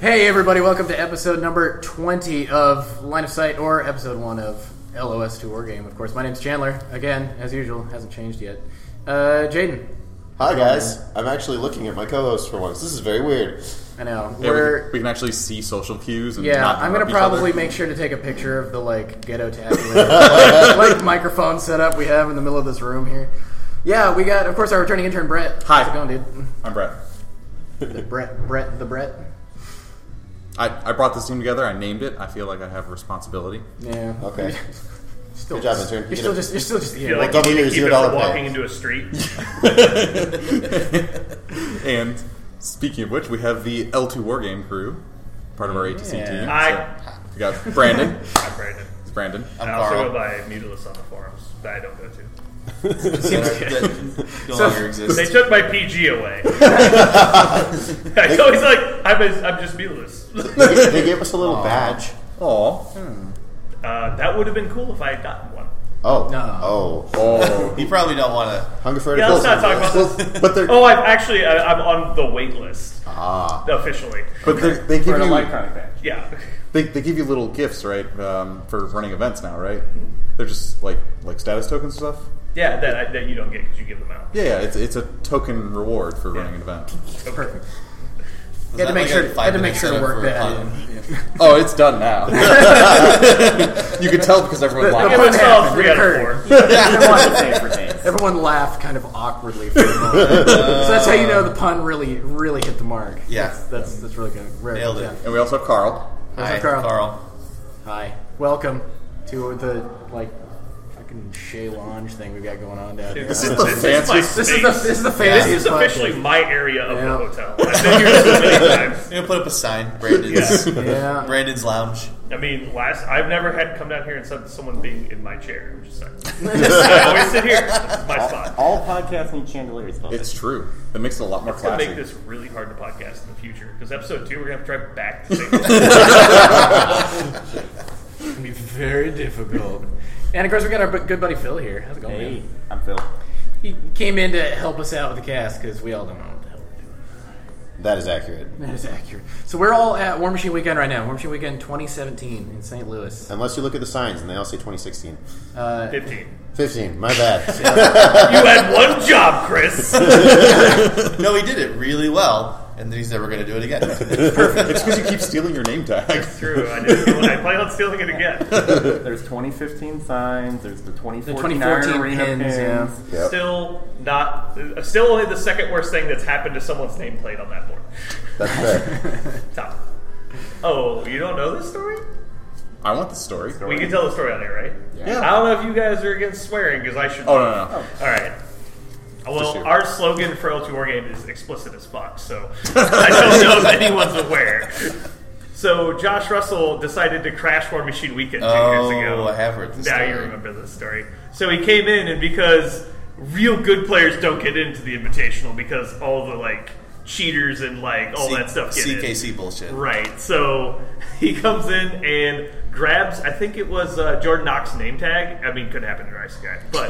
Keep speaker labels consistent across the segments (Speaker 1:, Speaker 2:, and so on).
Speaker 1: Hey everybody, welcome to episode number 20 of Line of Sight, or episode 1 of LOS 2 War Game, of course. My name's Chandler, again, as usual, hasn't changed yet. Uh, Jaden,
Speaker 2: Hi guys, I'm actually looking at my co-host for once. This is very weird.
Speaker 1: I know.
Speaker 3: Yeah, we, can,
Speaker 1: We're,
Speaker 3: we can actually see social cues. And
Speaker 1: yeah,
Speaker 3: not
Speaker 1: I'm gonna
Speaker 3: interrupt each other.
Speaker 1: probably make sure to take a picture of the, like, ghetto tattoo, like, like microphone setup we have in the middle of this room here. Yeah, we got, of course, our returning intern, Brett.
Speaker 3: Hi.
Speaker 1: How's it going,
Speaker 3: I'm Brett.
Speaker 1: dude? Brett, Brett, the Brett.
Speaker 3: I, I brought this team together. I named it. I feel like I have responsibility.
Speaker 1: Yeah.
Speaker 2: Okay.
Speaker 1: Still,
Speaker 2: Good job, intern.
Speaker 1: You're
Speaker 2: You
Speaker 1: still
Speaker 2: know-
Speaker 1: just, you're still just, yeah,
Speaker 4: feel like
Speaker 2: Well,
Speaker 4: you
Speaker 2: W
Speaker 4: need to
Speaker 2: is
Speaker 4: keep
Speaker 2: your
Speaker 4: it from
Speaker 2: dollar pay.
Speaker 4: walking into a street.
Speaker 3: and speaking of which, we have the L2 Wargame crew, part of our ATC team.
Speaker 4: I-
Speaker 3: so we got Brandon.
Speaker 4: I'm Brandon.
Speaker 3: It's Brandon.
Speaker 4: I also
Speaker 2: Carl.
Speaker 4: go by Mutilus on the forums that I don't go to.
Speaker 5: no
Speaker 1: So-
Speaker 5: longer exists.
Speaker 4: They took my PG away. it's always like I'm, a, I'm just Mutilus.
Speaker 2: They gave- they gave us a little badge.
Speaker 3: Aw.
Speaker 4: Uh, that would have been cool if I had gotten one.
Speaker 2: Oh,
Speaker 1: No.
Speaker 2: oh,
Speaker 3: Oh.
Speaker 5: You probably don't want to.
Speaker 2: hunger for
Speaker 4: Yeah, let's
Speaker 2: adults.
Speaker 4: not talk about
Speaker 2: Well, But they're
Speaker 4: Oh, I'm actually I, I'm on the wait list
Speaker 2: ah,
Speaker 4: officially.
Speaker 3: But they, they
Speaker 1: we're
Speaker 3: give
Speaker 1: in a
Speaker 3: you
Speaker 1: lifetime badge.
Speaker 4: Yeah,
Speaker 3: they, they give you little gifts, right, um, for running events now, right? They're just like like status tokens and stuff.
Speaker 4: yeah, that I, that you don't get because you give them out.
Speaker 3: Yeah, yeah, it's it's a token reward for running an event.
Speaker 1: Perfect.
Speaker 5: You
Speaker 1: had to make sure- had to make sure to work that
Speaker 3: Oh, it's done now. you can tell because everyone
Speaker 1: The
Speaker 4: It
Speaker 3: laughed.
Speaker 1: pun
Speaker 4: was all
Speaker 1: happened.
Speaker 4: three
Speaker 1: It
Speaker 4: out of
Speaker 1: occurred.
Speaker 4: four.
Speaker 1: everyone, everyone laughed kind of awkwardly for a moment. so that's how you know the pun really, really hit the mark.
Speaker 5: Yeah.
Speaker 1: That's that's, that's really good. Really
Speaker 5: Nailed it.
Speaker 1: good.
Speaker 3: And we also have Carl.
Speaker 1: Where's
Speaker 5: Hi,
Speaker 1: our Carl?
Speaker 5: Carl.
Speaker 1: Hi. Welcome to the, like, fucking Shea Lounge thing we've got going on down here.
Speaker 3: This is the fanciest.
Speaker 1: This is the, this is the
Speaker 4: This
Speaker 1: fanciest
Speaker 4: is
Speaker 1: part.
Speaker 4: officially my area of
Speaker 1: Yeah.
Speaker 4: the hotel. I've been here so many times.
Speaker 5: I'm gonna put up a sign, Brandon's.
Speaker 1: Yeah.
Speaker 5: Brandon's lounge.
Speaker 4: I mean, last I've never had come down here and said someone being in my chair. I'm just like, I always sit here. This is my spot.
Speaker 6: All podcasts need chandeliers. Don't
Speaker 3: It's true. It makes it a lot more
Speaker 4: It's gonna
Speaker 3: classy.
Speaker 4: make this really hard to podcast in the future because episode two we're gonna have to drive back. To St.
Speaker 1: It's gonna be very difficult. And of course, we got our bu- good buddy Phil here. How's it going?
Speaker 6: they? Hey,
Speaker 1: man?
Speaker 6: I'm Phil.
Speaker 1: He came in to help us out with the cast because we all don't know what the hell we're doing.
Speaker 2: that is accurate.
Speaker 1: That is accurate. So we're all at War Machine Weekend right now. War Machine Weekend 2017 in St. Louis.
Speaker 2: Unless you look at the signs and they all say 2016,
Speaker 4: Fifteen.
Speaker 2: 15. My bad.
Speaker 4: You had one job, Chris.
Speaker 5: No, he did it really well, and then he's never gonna do it again.
Speaker 3: it's because you keep stealing your name tag.
Speaker 4: True. I, didn't, I plan on stealing it again.
Speaker 6: There's 2015 signs. There's the 2014,
Speaker 1: 2014
Speaker 6: Iron Arena
Speaker 1: pins,
Speaker 6: pins.
Speaker 1: yeah.
Speaker 2: Yep.
Speaker 4: Still not. uh, Still only the second worst thing that's happened to someone's nameplate on that board.
Speaker 2: That's fair.
Speaker 4: Top. Oh, you don't know this story?
Speaker 3: I want the story.
Speaker 4: We can tell the story on here, right?
Speaker 3: Yeah.
Speaker 4: I don't know if you guys are against swearing because I should.
Speaker 3: Oh, no, no, no.
Speaker 4: All right.
Speaker 3: shoot.
Speaker 4: Well, our slogan for L2 War Game is explicit as fuck, so I don't know if anyone's aware. So Josh Russell decided to crash War Machine Weekend two
Speaker 5: Oh,
Speaker 4: years ago.
Speaker 5: I have heard this
Speaker 4: Now
Speaker 5: story.
Speaker 4: you remember this story. So he came in, and because real good players don't get into the Invitational because all the like cheaters and like all that stuff get in.
Speaker 5: CKC bullshit.
Speaker 4: Right. So he comes in and grabs, I think it was uh, Jordan Knox's name tag. I mean, could happen to Rice guy, but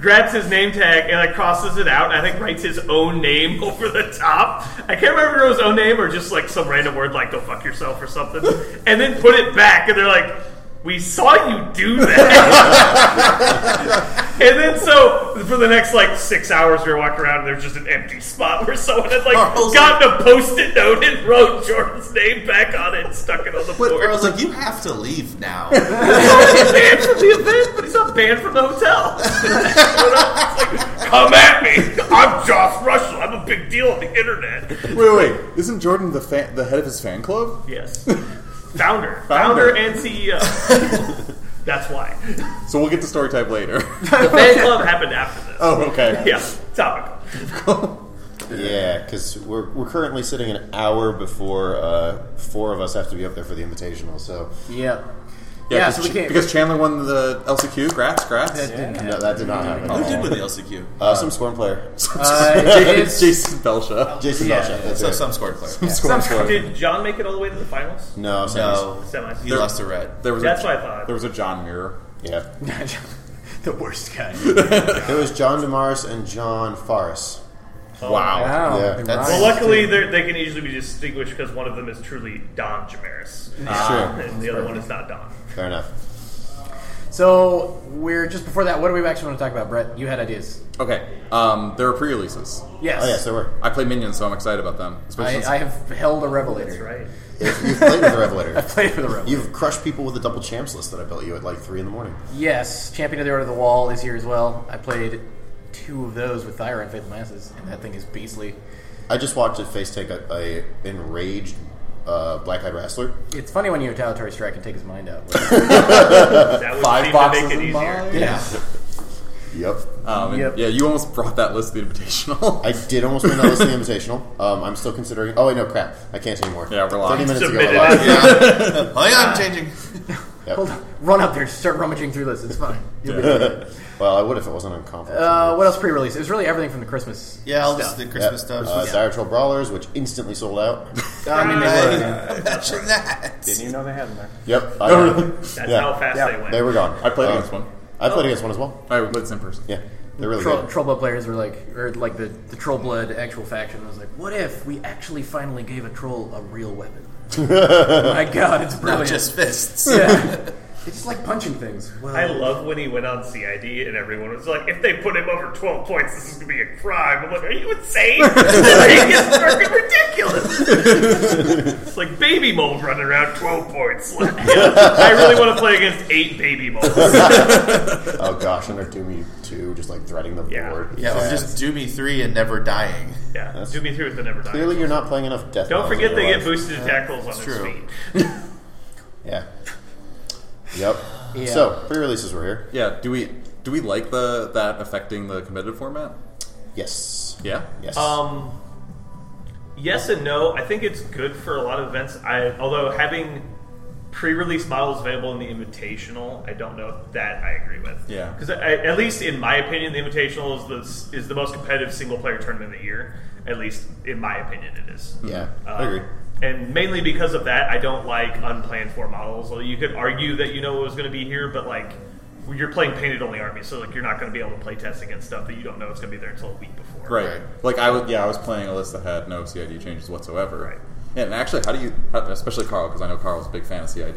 Speaker 4: grabs his name tag and like crosses it out. And I think writes his own name over the top. I can't remember if it was own name or just like some random word like "go fuck yourself" or something, and then put it back. And they're like, "We saw you do that." And then so for the next like six hours we were walking around and there was just an empty spot where someone had like
Speaker 5: Carl's
Speaker 4: gotten a post-it note and wrote Jordan's name back on it and stuck it on the
Speaker 5: I
Speaker 4: board.
Speaker 5: was like, you have to leave now.
Speaker 4: he's banned from the event, but he's not banned from the hotel. You know? It's like, Come at me. I'm Josh Russell. I'm a big deal on the internet.
Speaker 3: Wait, wait. Isn't Jordan the fan, the head of his fan club?
Speaker 4: Yes. Founder.
Speaker 3: Founder.
Speaker 4: Founder and CEO. That's why.
Speaker 3: So we'll get to story type later.
Speaker 4: The fan club happened after this.
Speaker 3: oh, okay.
Speaker 4: Yeah. Topical.
Speaker 2: Yeah, because we're, we're currently sitting an hour before uh, four of us have to be up there for the invitational. So
Speaker 1: Yep. Yeah,
Speaker 3: Yeah,
Speaker 1: so
Speaker 3: 'cause
Speaker 1: we
Speaker 3: Ch-
Speaker 1: can't.
Speaker 3: because Chandler won the LCQ. Grats, grats.
Speaker 2: no, that did not happen.
Speaker 5: Who did win
Speaker 3: Oh.
Speaker 5: the LCQ?
Speaker 2: Uh, some scorn player.
Speaker 1: uh, it is-
Speaker 3: Jason Belshaw.
Speaker 2: Jason
Speaker 1: yeah,
Speaker 2: Belsham. That's
Speaker 5: So
Speaker 2: it.
Speaker 5: some scored player.
Speaker 3: Scorn player.
Speaker 4: Did John make it all the way to the finals?
Speaker 2: No, some-
Speaker 5: No,
Speaker 4: Semis.
Speaker 5: he
Speaker 4: There-
Speaker 5: lost to Red.
Speaker 3: There was
Speaker 4: That's
Speaker 3: a,
Speaker 4: what I thought.
Speaker 3: There was a John Muir.
Speaker 2: Yeah.
Speaker 1: the worst guy.
Speaker 2: There was John DeMaris and John Faris.
Speaker 4: Oh,
Speaker 3: wow.
Speaker 1: Wow.
Speaker 2: Yeah.
Speaker 1: they
Speaker 5: That's-
Speaker 1: rhyme.
Speaker 4: Well, luckily they're- they can easily be distinguished because one of them is truly Don Jamaris,
Speaker 2: Sure.
Speaker 4: and the other one is not Don.
Speaker 2: Ah. Fair enough.
Speaker 1: So we're just before that. What do we actually want to talk about, Brett? You had ideas.
Speaker 3: Okay. Um, there are pre-releases.
Speaker 1: Yes.
Speaker 2: Oh yes, there were.
Speaker 3: I play Minions, so I'm excited about them. Especially
Speaker 1: I,
Speaker 3: since-
Speaker 1: I have held a revelator.
Speaker 4: That's right.
Speaker 2: You've played with the Revelator.
Speaker 1: Played for the revelator.
Speaker 2: You've crushed people with the double champs list that I built you at like three in the morning.
Speaker 1: Yes, Champion of the Order of the Wall is here as well. I played two of those with Thyra and Faithful Masses, and that thing is beastly.
Speaker 2: I just watched a face take a, a enraged uh, black eyed wrestler.
Speaker 1: It's funny when you retaliatory strike and take his mind out.
Speaker 4: That would
Speaker 3: Five
Speaker 4: seem
Speaker 3: boxes
Speaker 4: to make it
Speaker 3: in
Speaker 4: easier.
Speaker 1: yeah.
Speaker 2: Yep.
Speaker 3: um, and
Speaker 1: Yep.
Speaker 3: Yeah, you almost brought that list to the Invitational.
Speaker 2: I did almost win that list in the Invitational. Um, I'm still considering. Oh wait, no crap. I can't anymore.
Speaker 3: Yeah, we're
Speaker 2: Thirty
Speaker 3: locked.
Speaker 2: minutes
Speaker 4: Submitted.
Speaker 2: ago. I lied.
Speaker 5: Oh yeah, I'm changing.
Speaker 2: Yep.
Speaker 1: Hold on. Run up there and start rummaging through this. It's fine. You'll be okay.
Speaker 2: well, I would if it wasn't on conference.
Speaker 1: Uh, what else pre-release? It was really everything from the Christmas.
Speaker 5: Yeah, all this
Speaker 1: stuff.
Speaker 5: the Christmas stuff.
Speaker 2: Uh, Dire Troll Brawlers, which instantly sold out.
Speaker 1: I mean, they
Speaker 5: Hey,
Speaker 1: were-
Speaker 5: imagine that.
Speaker 6: Didn't you know they had them there?
Speaker 2: yep. I-
Speaker 4: That's
Speaker 2: Yeah.
Speaker 4: how fast
Speaker 6: Yeah.
Speaker 4: they went.
Speaker 2: They were gone.
Speaker 3: Oh, I played
Speaker 2: Uh,
Speaker 3: against one.
Speaker 2: I played against one as well.
Speaker 3: I played this in person.
Speaker 2: Yeah, they're really
Speaker 1: Troll,
Speaker 2: good.
Speaker 1: Troll Blood players were like, or like the, the Troll Blood actual faction was like, what if we actually finally gave a troll a real weapon? My God, it's
Speaker 5: Not
Speaker 1: brilliant.
Speaker 5: just fists.
Speaker 1: yeah. it's just like punching things. Well,
Speaker 4: I love when he went on CID and everyone was like, if they put him over 12 points, this is going to be a crime. I'm like, are you insane? like, it's fucking ridiculous. it's like baby mole running around 12 points. Like, I really want to play against eight baby moles.
Speaker 2: Oh gosh, under Doomy two, just like threading the
Speaker 4: Yeah.
Speaker 2: board.
Speaker 5: Yeah, or just do me three and never dying.
Speaker 4: Yeah, do me through with the never die.
Speaker 2: Clearly, you're not playing enough death.
Speaker 4: Don't
Speaker 2: Knells in
Speaker 4: forget
Speaker 2: your
Speaker 4: they get
Speaker 2: life.
Speaker 4: boosted to tackles on his
Speaker 5: true.
Speaker 4: feet.
Speaker 2: Yeah. Yep.
Speaker 1: Yeah.
Speaker 2: So pre-releases were here.
Speaker 3: Yeah. Do we do we like the that affecting the competitive format?
Speaker 2: Yes.
Speaker 3: Yeah.
Speaker 2: Yes.
Speaker 4: Um, yes and no. I think it's good for a lot of events. I although having pre-release models available in the Invitational, I don't know if that I agree with.
Speaker 3: Yeah.
Speaker 4: because at least in my opinion, the Invitational is the s- is the most competitive single player tournament of the year. At least in my opinion, it is.
Speaker 2: yeah,
Speaker 4: Um,
Speaker 2: I agree.
Speaker 4: And mainly because of that, I don't like unplanned for models. Although you could argue that you know what was going to be here, but like you're playing painted only armies, so like you're not going to be able to play test against stuff that you don't know is going to be there until a week before.
Speaker 3: Right. Like I was, yeah, I was playing a list that had no CID changes whatsoever.
Speaker 4: Right.
Speaker 3: Yeah, and actually, how do you, how- especially Carl, because I know Carl's a big fan of CID.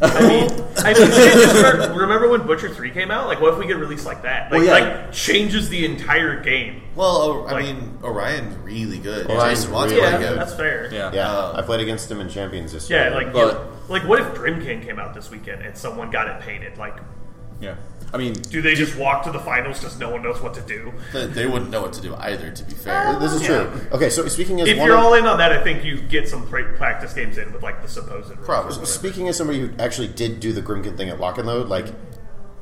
Speaker 4: I mean, I mean changes for- remember when Butcher 3 came out? Like, what if we could release like that? Like,
Speaker 3: Well, yeah.
Speaker 4: like changes the entire game.
Speaker 5: Well, o- I
Speaker 4: Like-
Speaker 5: mean, Orion's really good.
Speaker 2: Orion's
Speaker 5: Jason Watt's
Speaker 2: really
Speaker 4: Yeah,
Speaker 5: really good.
Speaker 4: that's fair.
Speaker 3: Yeah.
Speaker 2: Yeah,
Speaker 5: um,
Speaker 2: I played against him in Champions this year.
Speaker 4: Yeah, like,
Speaker 3: But-
Speaker 4: like what if Grim King came out this weekend and someone got it painted? Like,
Speaker 3: Yeah. I mean,
Speaker 4: do they just walk to the finals because no one knows what to do?
Speaker 5: Th- They wouldn't know what to do either, to be fair.
Speaker 2: this is true. Okay, so speaking as
Speaker 4: If
Speaker 2: one
Speaker 4: you're
Speaker 2: of-
Speaker 4: all in on that, I think you get some pra- practice games in with, like, the supposed rules.
Speaker 5: Probably.
Speaker 2: Speaking as somebody who actually did do the Grimkin thing at Lock and Load, like,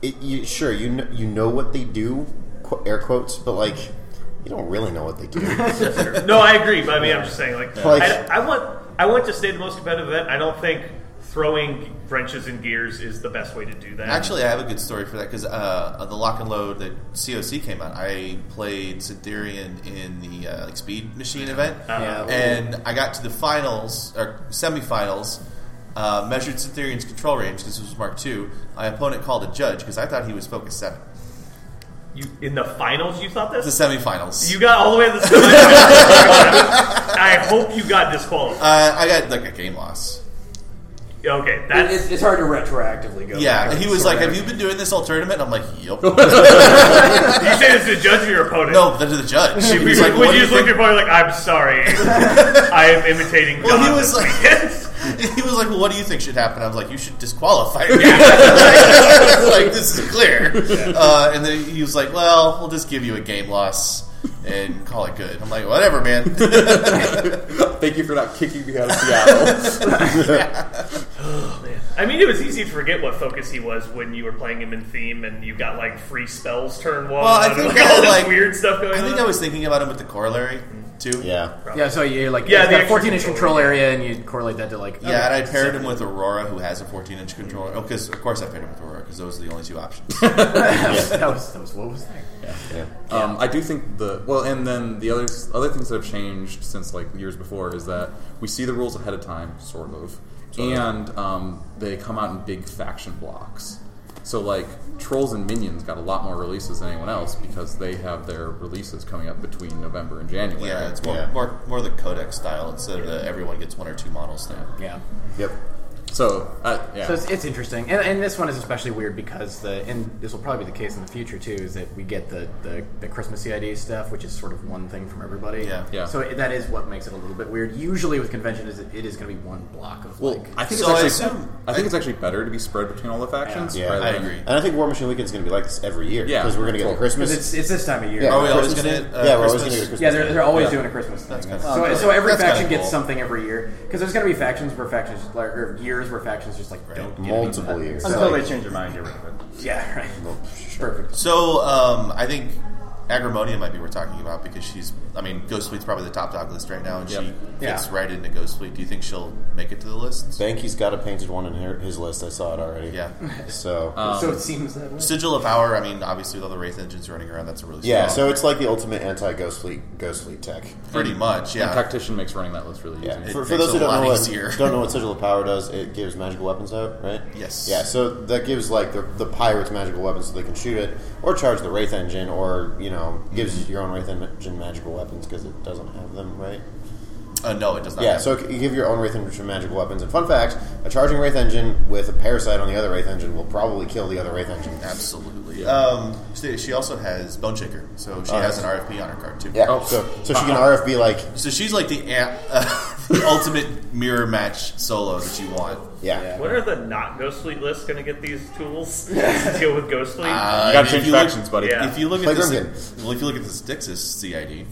Speaker 2: it, you, sure you know, you know what they do, qu- air quotes, but like you don't really know what they do.
Speaker 4: No, I agree, but I mean, I'm just saying, like,
Speaker 2: Like-
Speaker 4: I, I want I want to stay the most competitive event. I don't think throwing wrenches and gears is the best way to do that.
Speaker 5: Actually, I have a good story for that because uh, on the lock and load that COC came out, I played Cytherian in the uh, like speed machine event,
Speaker 1: Yeah.
Speaker 4: Uh-huh.
Speaker 5: and I got to the finals or semifinals. Uh, measured Cytherian's control range because this was Mark II. My opponent called a judge because I thought he was focus seven.
Speaker 4: You in the finals? You thought
Speaker 5: The
Speaker 4: this?
Speaker 5: semifinals.
Speaker 4: You got all the way to the semifinals. I hope you got disqualified.
Speaker 5: uh, I got like a game loss.
Speaker 4: Okay, that's
Speaker 1: it's, it's hard to retroactively go.
Speaker 5: Yeah,
Speaker 1: back
Speaker 5: and he
Speaker 1: and
Speaker 5: was
Speaker 1: sort
Speaker 5: like,
Speaker 1: of-
Speaker 5: "Have you been doing this all tournament?" I'm like, "Yup."
Speaker 4: you say this to the judge or your opponent.
Speaker 5: no, to the judge. He
Speaker 4: If you,
Speaker 5: was like,
Speaker 4: would
Speaker 5: "What do
Speaker 4: you
Speaker 5: you
Speaker 4: just look at
Speaker 5: think?"
Speaker 4: your opponent like, I'm sorry, I am imitating.
Speaker 5: Well, he
Speaker 4: God
Speaker 5: was
Speaker 4: this
Speaker 5: like-
Speaker 4: weekend."
Speaker 5: He was like, well, "What do you think should happen?" I was like, "You should disqualify." Me. like this is clear. Uh, and then he was like, "Well, we'll just give you a game loss and call it good." I'm like, "Whatever, man."
Speaker 3: thank you for not kicking me out of Seattle.
Speaker 4: I mean, it was easy to forget what focus he was when you were playing him in theme, and you got like free spells turn one.
Speaker 5: Well, I
Speaker 4: and,
Speaker 5: think
Speaker 4: like, all
Speaker 5: I,
Speaker 4: this
Speaker 5: like-
Speaker 4: weird stuff going
Speaker 5: I
Speaker 4: on.
Speaker 5: think I was thinking about him with the corollary too.
Speaker 2: Yeah.
Speaker 1: Yeah, so you're like
Speaker 4: Yeah,
Speaker 1: yeah, it's got
Speaker 4: the
Speaker 1: a
Speaker 4: extra
Speaker 1: 14 inch
Speaker 4: control,
Speaker 1: control area, and you correlate that to like
Speaker 5: Yeah, and I paired him with Aurora, who has a 14 inch controller. Oh, because of course I paired him with Aurora because those are the only two options.
Speaker 1: that was that was what was there.
Speaker 2: Yeah.
Speaker 3: Um, I do think the well, and then the other other things that have changed since like years before is that we see the rules ahead of time, sort of, and um, they come out in big faction blocks. So like trolls and minions got a lot more releases than anyone else because they have their releases coming up between November and January.
Speaker 5: yeah, it's more,
Speaker 2: Yeah.
Speaker 5: more more the Codex style instead of the everyone gets one or two models now.
Speaker 1: Yeah.
Speaker 2: Yep.
Speaker 3: so uh, yeah.
Speaker 1: So it's, it's interesting, and, and this one is especially weird because the and this will probably be the case in the future too. Is that we get the the, the Christmas CID stuff, which is sort of one thing from everybody.
Speaker 5: Yeah.
Speaker 3: Yeah.
Speaker 1: So that is what makes it a little bit weird. Usually with convention, is it, it is going to be one block of
Speaker 3: well,
Speaker 1: like
Speaker 3: I think
Speaker 5: So I
Speaker 3: it's actually
Speaker 5: assume-
Speaker 3: I think it's actually better to be spread between all the factions.
Speaker 2: Yeah.
Speaker 3: rather
Speaker 5: I
Speaker 3: than-
Speaker 5: agree.
Speaker 2: And I think War Machine Weekend is going to be like this every year.
Speaker 3: Yeah.
Speaker 2: Because we're going to get the
Speaker 3: Cool.
Speaker 2: Christmas.
Speaker 1: because it's it's this time of year.
Speaker 5: Are we always
Speaker 2: Christmas
Speaker 5: gonna
Speaker 2: thing.
Speaker 5: get, uh,
Speaker 2: yeah, we're always
Speaker 5: Christmas?
Speaker 2: going to get a Christmas.
Speaker 1: Yeah, they're,
Speaker 2: thing.
Speaker 1: they're always
Speaker 3: Yeah.
Speaker 1: doing a Christmas thing.
Speaker 5: kinda-
Speaker 1: so, so every
Speaker 5: That's kinda
Speaker 1: faction gets
Speaker 5: cool.
Speaker 1: something every year because there's going to be factions where factions like, or years where factions just like don't get
Speaker 2: multiple
Speaker 1: into that.
Speaker 2: years.
Speaker 6: Until
Speaker 2: Like,
Speaker 6: they change their mind, get rid of it.
Speaker 1: Yeah, right. Perfect.
Speaker 5: So um, I think Agramonia might be worth talking about because she's. I mean, Ghostfleet's probably the top dog list right now, and she
Speaker 3: Yep.
Speaker 5: fits
Speaker 1: Yeah.
Speaker 5: right into Ghostfleet. Do you think she'll make it to the list?
Speaker 2: Banky's got a painted one in her- his list. I saw it already.
Speaker 5: Yeah. Uh,
Speaker 2: So.
Speaker 1: so
Speaker 5: Um,
Speaker 1: it seems that way.
Speaker 5: Sigil of Power. I mean, obviously with all the wraith engines running around, that's a really
Speaker 2: yeah,
Speaker 5: strong-
Speaker 2: so it's like the ultimate anti Ghost Fleet Ghost Fleet tech.
Speaker 5: pretty much
Speaker 3: And
Speaker 5: yeah.
Speaker 3: tactician makes running that list really easy.
Speaker 2: Yeah.
Speaker 5: It
Speaker 2: For, for
Speaker 5: makes
Speaker 2: those who
Speaker 5: it a
Speaker 2: don't
Speaker 5: lot
Speaker 2: know,
Speaker 5: easier.
Speaker 2: what, don't know what Sigil of Power does, it gives magical weapons out, right?
Speaker 5: Yes.
Speaker 2: Yeah, so that gives like the, the pirates magical weapons so they can shoot it, or charge the wraith engine, or you know gives
Speaker 5: Mm-hmm.
Speaker 2: your own wraith engine magical weapons because it doesn't have them, right?
Speaker 5: Uh, no, it does not.
Speaker 2: Yeah,
Speaker 5: have-
Speaker 2: so you give your own Wraith Engine magical weapons. And fun fact, a charging Wraith Engine with a Parasite on the other Wraith Engine will probably kill the other Wraith Engine. Uh,
Speaker 5: absolutely. Um, so she also has Bone Shaker, so she
Speaker 2: Oh,
Speaker 5: has
Speaker 2: that's-
Speaker 5: an RFP on her card too.
Speaker 1: Oh.
Speaker 2: Yeah, so, so she can RFB like,
Speaker 5: So she's like the, a- uh, the ultimate mirror match solo that you want.
Speaker 2: yeah.
Speaker 4: When are the not Ghostly lists going to get these tools to deal with Ghostly?
Speaker 5: Uh,
Speaker 3: You gotta
Speaker 5: if
Speaker 3: change
Speaker 5: you look-
Speaker 3: factions, buddy.
Speaker 4: Yeah.
Speaker 5: If you look
Speaker 2: Play
Speaker 5: at this,
Speaker 2: Grimkin.
Speaker 5: well, if you look at this Dixis CID,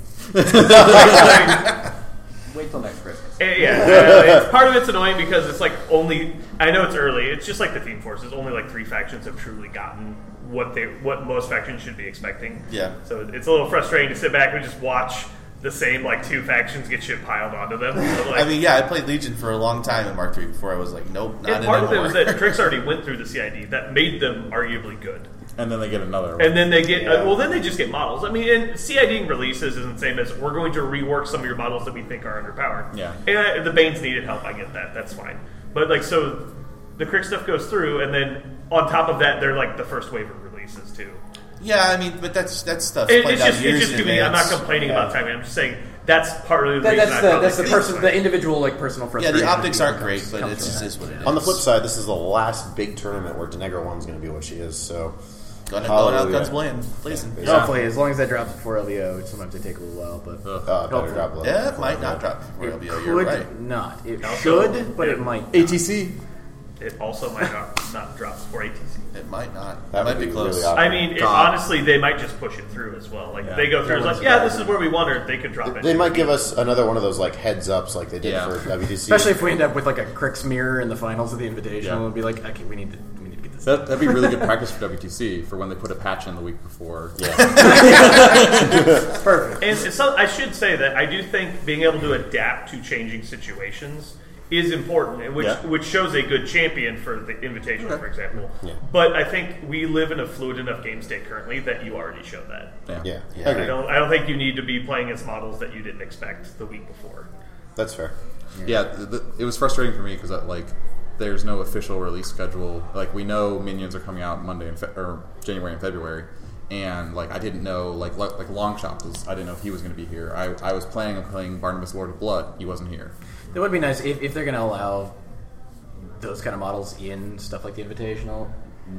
Speaker 6: Wait till next Christmas.
Speaker 4: Eh, yeah, uh, it's, part of it's annoying because it's like only. I know it's early. It's just like the theme forces. Only like three factions have truly gotten what they what most factions should be expecting.
Speaker 5: Yeah.
Speaker 4: So it's a little frustrating to sit back and just watch the same like two factions get shit piled onto them. So, like,
Speaker 5: I mean, yeah, I played Legion for a long time in Mark III before I was like, nope, not
Speaker 4: and
Speaker 5: in
Speaker 4: part of it was
Speaker 5: anymore.
Speaker 4: that Trix already went through the CID that made them arguably good.
Speaker 3: And then they get another. one.
Speaker 4: And then they get uh, well. Then they just get models. I mean, and CIDing releases isn't the same as we're going to rework some of your models that we think are underpowered.
Speaker 3: Yeah.
Speaker 4: And uh, the Banes needed help. I get that. That's fine. But like, so the Crick stuff goes through, and then on top of that, they're like the first wave of releases too.
Speaker 5: yeah, I mean, but that's that stuff
Speaker 4: It,
Speaker 5: played
Speaker 4: it's
Speaker 5: out
Speaker 4: just
Speaker 5: years
Speaker 4: it's just
Speaker 5: in
Speaker 4: to me. I'm not
Speaker 5: advance.
Speaker 4: complaining about timing. I'm just saying that's part of the
Speaker 1: That,
Speaker 4: reason
Speaker 1: that's
Speaker 4: I
Speaker 1: the
Speaker 4: probably
Speaker 1: that's the
Speaker 4: did it
Speaker 1: person
Speaker 4: this
Speaker 1: the
Speaker 4: way.
Speaker 1: individual like personal
Speaker 5: Yeah,
Speaker 1: frustration.
Speaker 5: the optics aren't
Speaker 1: comes-
Speaker 5: great, but
Speaker 1: comes
Speaker 5: it's
Speaker 1: from
Speaker 5: just
Speaker 1: that.
Speaker 5: is what it is.
Speaker 2: On the flip side, this is the last big tournament where Denegro One's going to be what she is. So,
Speaker 5: Gun it, blowing out
Speaker 2: Hallelujah.
Speaker 5: guns blazing. blazing.
Speaker 2: Yeah.
Speaker 1: Hopefully, as long as that drops before LEO, E sometimes they take a little while, but
Speaker 2: uh, better drop low.
Speaker 5: Yeah, it might not drop Royal BO,
Speaker 1: could
Speaker 5: you're right.
Speaker 1: not. It
Speaker 4: Also,
Speaker 1: should, but
Speaker 4: yeah.
Speaker 1: it might.
Speaker 3: ATC.
Speaker 4: It also might not not drop for ATC.
Speaker 5: It might not.
Speaker 2: That
Speaker 5: it might
Speaker 2: would
Speaker 5: be
Speaker 2: be
Speaker 5: close.
Speaker 2: really odd.
Speaker 4: I mean, it,
Speaker 3: God.
Speaker 4: honestly, they might just push it through as well. Like they go through, it's like, yeah, this is where we want her. They could drop it.
Speaker 2: They might give us another one of those like heads ups like they did
Speaker 3: Yeah.
Speaker 2: for WTC.
Speaker 1: Especially if we end up with like a Crix mirror in the finals of the Invitational,
Speaker 3: Yeah.
Speaker 1: and be like, okay, we need to we need to get this.
Speaker 3: That, that'd be really good practice for WTC for when they put a patch in the week before.
Speaker 1: Perfect.
Speaker 4: And it's some- I should say that I do think being able to adapt to changing situations is important, and which
Speaker 3: Yeah.
Speaker 4: which shows a good champion for the invitation, for example. But I think we live in a fluid enough game state currently that you already show that.
Speaker 3: Yeah.
Speaker 2: yeah,
Speaker 5: Yeah.
Speaker 2: I
Speaker 4: I
Speaker 2: agree.
Speaker 4: don't. I don't think you need to be playing as models that you didn't expect the week before.
Speaker 2: That's fair.
Speaker 3: Yeah, th- th- it was frustrating for me because like there's no official release schedule. Like we know minions are coming out Monday and fe- or January and February, and like I didn't know like lo- like Longshot was I didn't know if he was going to be here. I, I was planning on playing Barnabas Lord of Blood. He wasn't here.
Speaker 1: It would be nice if, if they're going to allow those kind of models in stuff like the Invitational.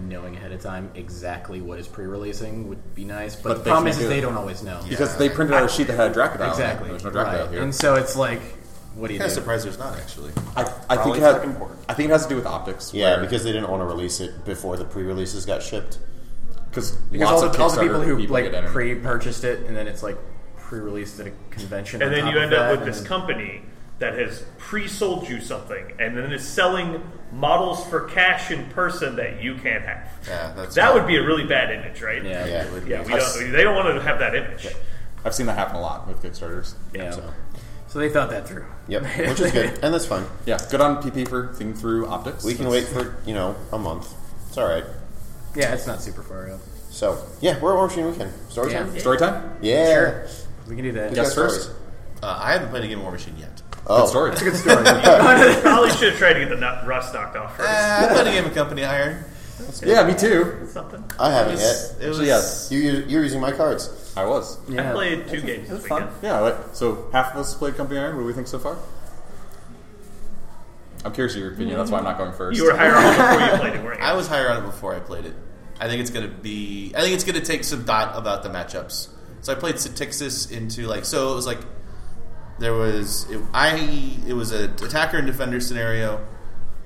Speaker 1: Knowing ahead of time exactly what is pre-releasing would be nice, but,
Speaker 3: But
Speaker 1: the
Speaker 3: they
Speaker 1: problem
Speaker 3: can't
Speaker 1: is, is
Speaker 3: do
Speaker 1: they
Speaker 3: it.
Speaker 1: don't always know.
Speaker 3: Because they printed out a sheet that had Dracodile.
Speaker 1: Exactly.
Speaker 3: There's no Dracodile
Speaker 1: right.
Speaker 3: here.
Speaker 1: And so it's like, what do you
Speaker 5: Kind of
Speaker 1: do?
Speaker 5: surprised there's not actually.
Speaker 3: I, I think
Speaker 6: Probably
Speaker 3: it had,
Speaker 6: second quarter.
Speaker 3: I think it has to do with optics.
Speaker 2: Yeah,
Speaker 3: where-
Speaker 2: because they didn't want to release it before the pre-releases got shipped.
Speaker 3: because
Speaker 1: Because
Speaker 3: lots
Speaker 1: all
Speaker 3: of
Speaker 1: the, all the
Speaker 3: Kickstarter
Speaker 1: people who
Speaker 3: get
Speaker 1: like
Speaker 3: entered.
Speaker 1: pre-purchased it and then it's like pre-released at a convention,
Speaker 4: and
Speaker 1: on
Speaker 4: then
Speaker 1: top
Speaker 4: you
Speaker 1: of
Speaker 4: end up
Speaker 1: that,
Speaker 4: with this
Speaker 1: and-
Speaker 4: company that has pre-sold you something and then is selling models for cash in person that you can't have.
Speaker 5: Yeah, that's
Speaker 4: that
Speaker 5: bad.
Speaker 4: would be a really bad image, right?
Speaker 1: Yeah.
Speaker 2: Yeah,
Speaker 4: yeah. We
Speaker 2: I
Speaker 4: don't, they don't want to have that image.
Speaker 3: I've seen that happen a lot with Kickstarters.
Speaker 1: Yeah.
Speaker 3: So,
Speaker 1: So they thought that through.
Speaker 2: Yep, which is good, and that's fine.
Speaker 3: yeah. Good on PP for thinking through optics.
Speaker 2: We can wait for you know a month. It's all right.
Speaker 1: Yeah, it's not super far out.
Speaker 2: So yeah, we're at War Machine Weekend. Story
Speaker 1: Yeah.
Speaker 2: time.
Speaker 3: Story time.
Speaker 2: Yeah.
Speaker 1: Sure. We can do that.
Speaker 2: Who's
Speaker 3: Yes,
Speaker 2: got
Speaker 3: first.
Speaker 2: stories?
Speaker 5: Uh, I haven't played a Game of War Machine yet. Uh,
Speaker 2: Oh,
Speaker 3: Good story.
Speaker 1: Good story.
Speaker 4: Probably should have tried to get the nut rust knocked off
Speaker 5: Uh,
Speaker 4: first.
Speaker 5: I played a game of Company Iron.
Speaker 3: yeah, me too.
Speaker 4: Something.
Speaker 2: I
Speaker 5: It
Speaker 2: haven't
Speaker 5: was,
Speaker 2: yet.
Speaker 5: it was
Speaker 3: Actually, yes.
Speaker 2: You you're using my cards.
Speaker 3: I was.
Speaker 4: I
Speaker 1: Yeah.
Speaker 4: played two games this
Speaker 6: fun.
Speaker 4: weekend.
Speaker 3: Yeah. Like, so half of us played Company Iron. What do we think so far? I'm curious of your opinion. That's why I'm not going first.
Speaker 4: You were higher on it before you played it, weren't you?
Speaker 5: I was higher on it before I played it. I think it's gonna be. I think it's gonna take some thought about the matchups. So I played Satixis into like. So it was like there was it, I. It was a attacker and defender scenario.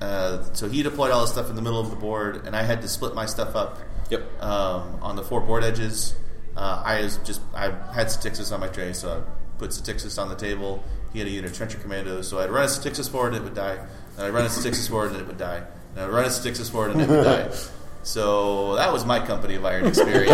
Speaker 5: Uh, so he deployed all his stuff in the middle of the board, and I had to split my stuff up
Speaker 3: Yep.
Speaker 5: um, on the four board edges. Uh, I was just I had Statixis on my tray, so I put Statixis on the table. He had a unit of Trencher Commando, so I'd run a Statixis forward and it would die. And I'd run a Statixis forward and it would die. And I'd run a Statixis forward and it would die. So that was my company of iron experience.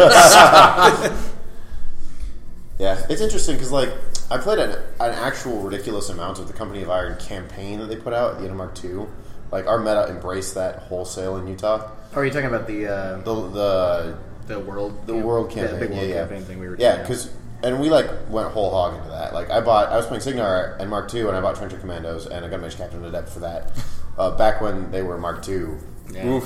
Speaker 2: Yeah, it's interesting because like I played an, an actual ridiculous amount of the Company of Iron campaign that they put out at the end of Mark Two. Like our meta embraced that wholesale in Utah.
Speaker 1: Are you talking about the uh, the,
Speaker 2: The the
Speaker 1: world
Speaker 2: the world
Speaker 1: yeah,
Speaker 2: campaign,
Speaker 1: the big
Speaker 2: yeah,
Speaker 1: world
Speaker 2: yeah.
Speaker 1: campaign thing we were
Speaker 2: yeah,
Speaker 1: doing,
Speaker 2: because and we like went whole hog into that. Like I bought, I was playing Signar and Mark II, and I bought Trencher Commandos and a Gunmage Captain Adept for that. Uh, back when they were Mark II,
Speaker 1: Yeah.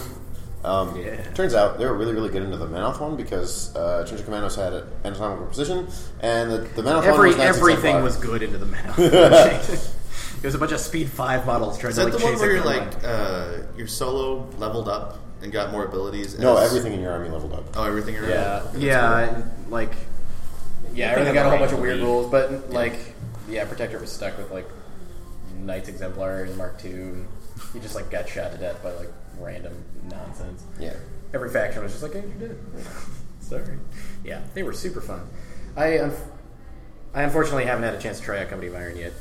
Speaker 2: um,
Speaker 1: Yeah.
Speaker 2: Turns out they were really, really good into the Manoth one because uh, Trencher Commandos had an anatomical precision, and the, the Manoth one
Speaker 1: Every
Speaker 2: was nice and
Speaker 1: everything
Speaker 2: simplified.
Speaker 1: was good into the map. it was a bunch of speed five models trying
Speaker 5: Is
Speaker 1: to
Speaker 5: that
Speaker 1: like
Speaker 5: the one
Speaker 1: chase
Speaker 5: where you're
Speaker 1: everyone.
Speaker 5: like uh, your solo leveled up and got more abilities?
Speaker 2: No,
Speaker 5: as-
Speaker 2: everything in your army leveled up.
Speaker 5: Oh, everything. around?
Speaker 1: yeah,
Speaker 5: That's
Speaker 1: yeah, and, like yeah, everything got a whole bunch of weird
Speaker 4: lead.
Speaker 1: rules, but like yeah, Protector was stuck with like Knights Exemplar and Mark II. And he just like got shot to death by like random nonsense.
Speaker 2: Yeah.
Speaker 1: every faction was just like, "Hey, you did." it." Sorry. Yeah, they were super fun. I un- I unfortunately haven't had a chance to try out Company of Iron yet.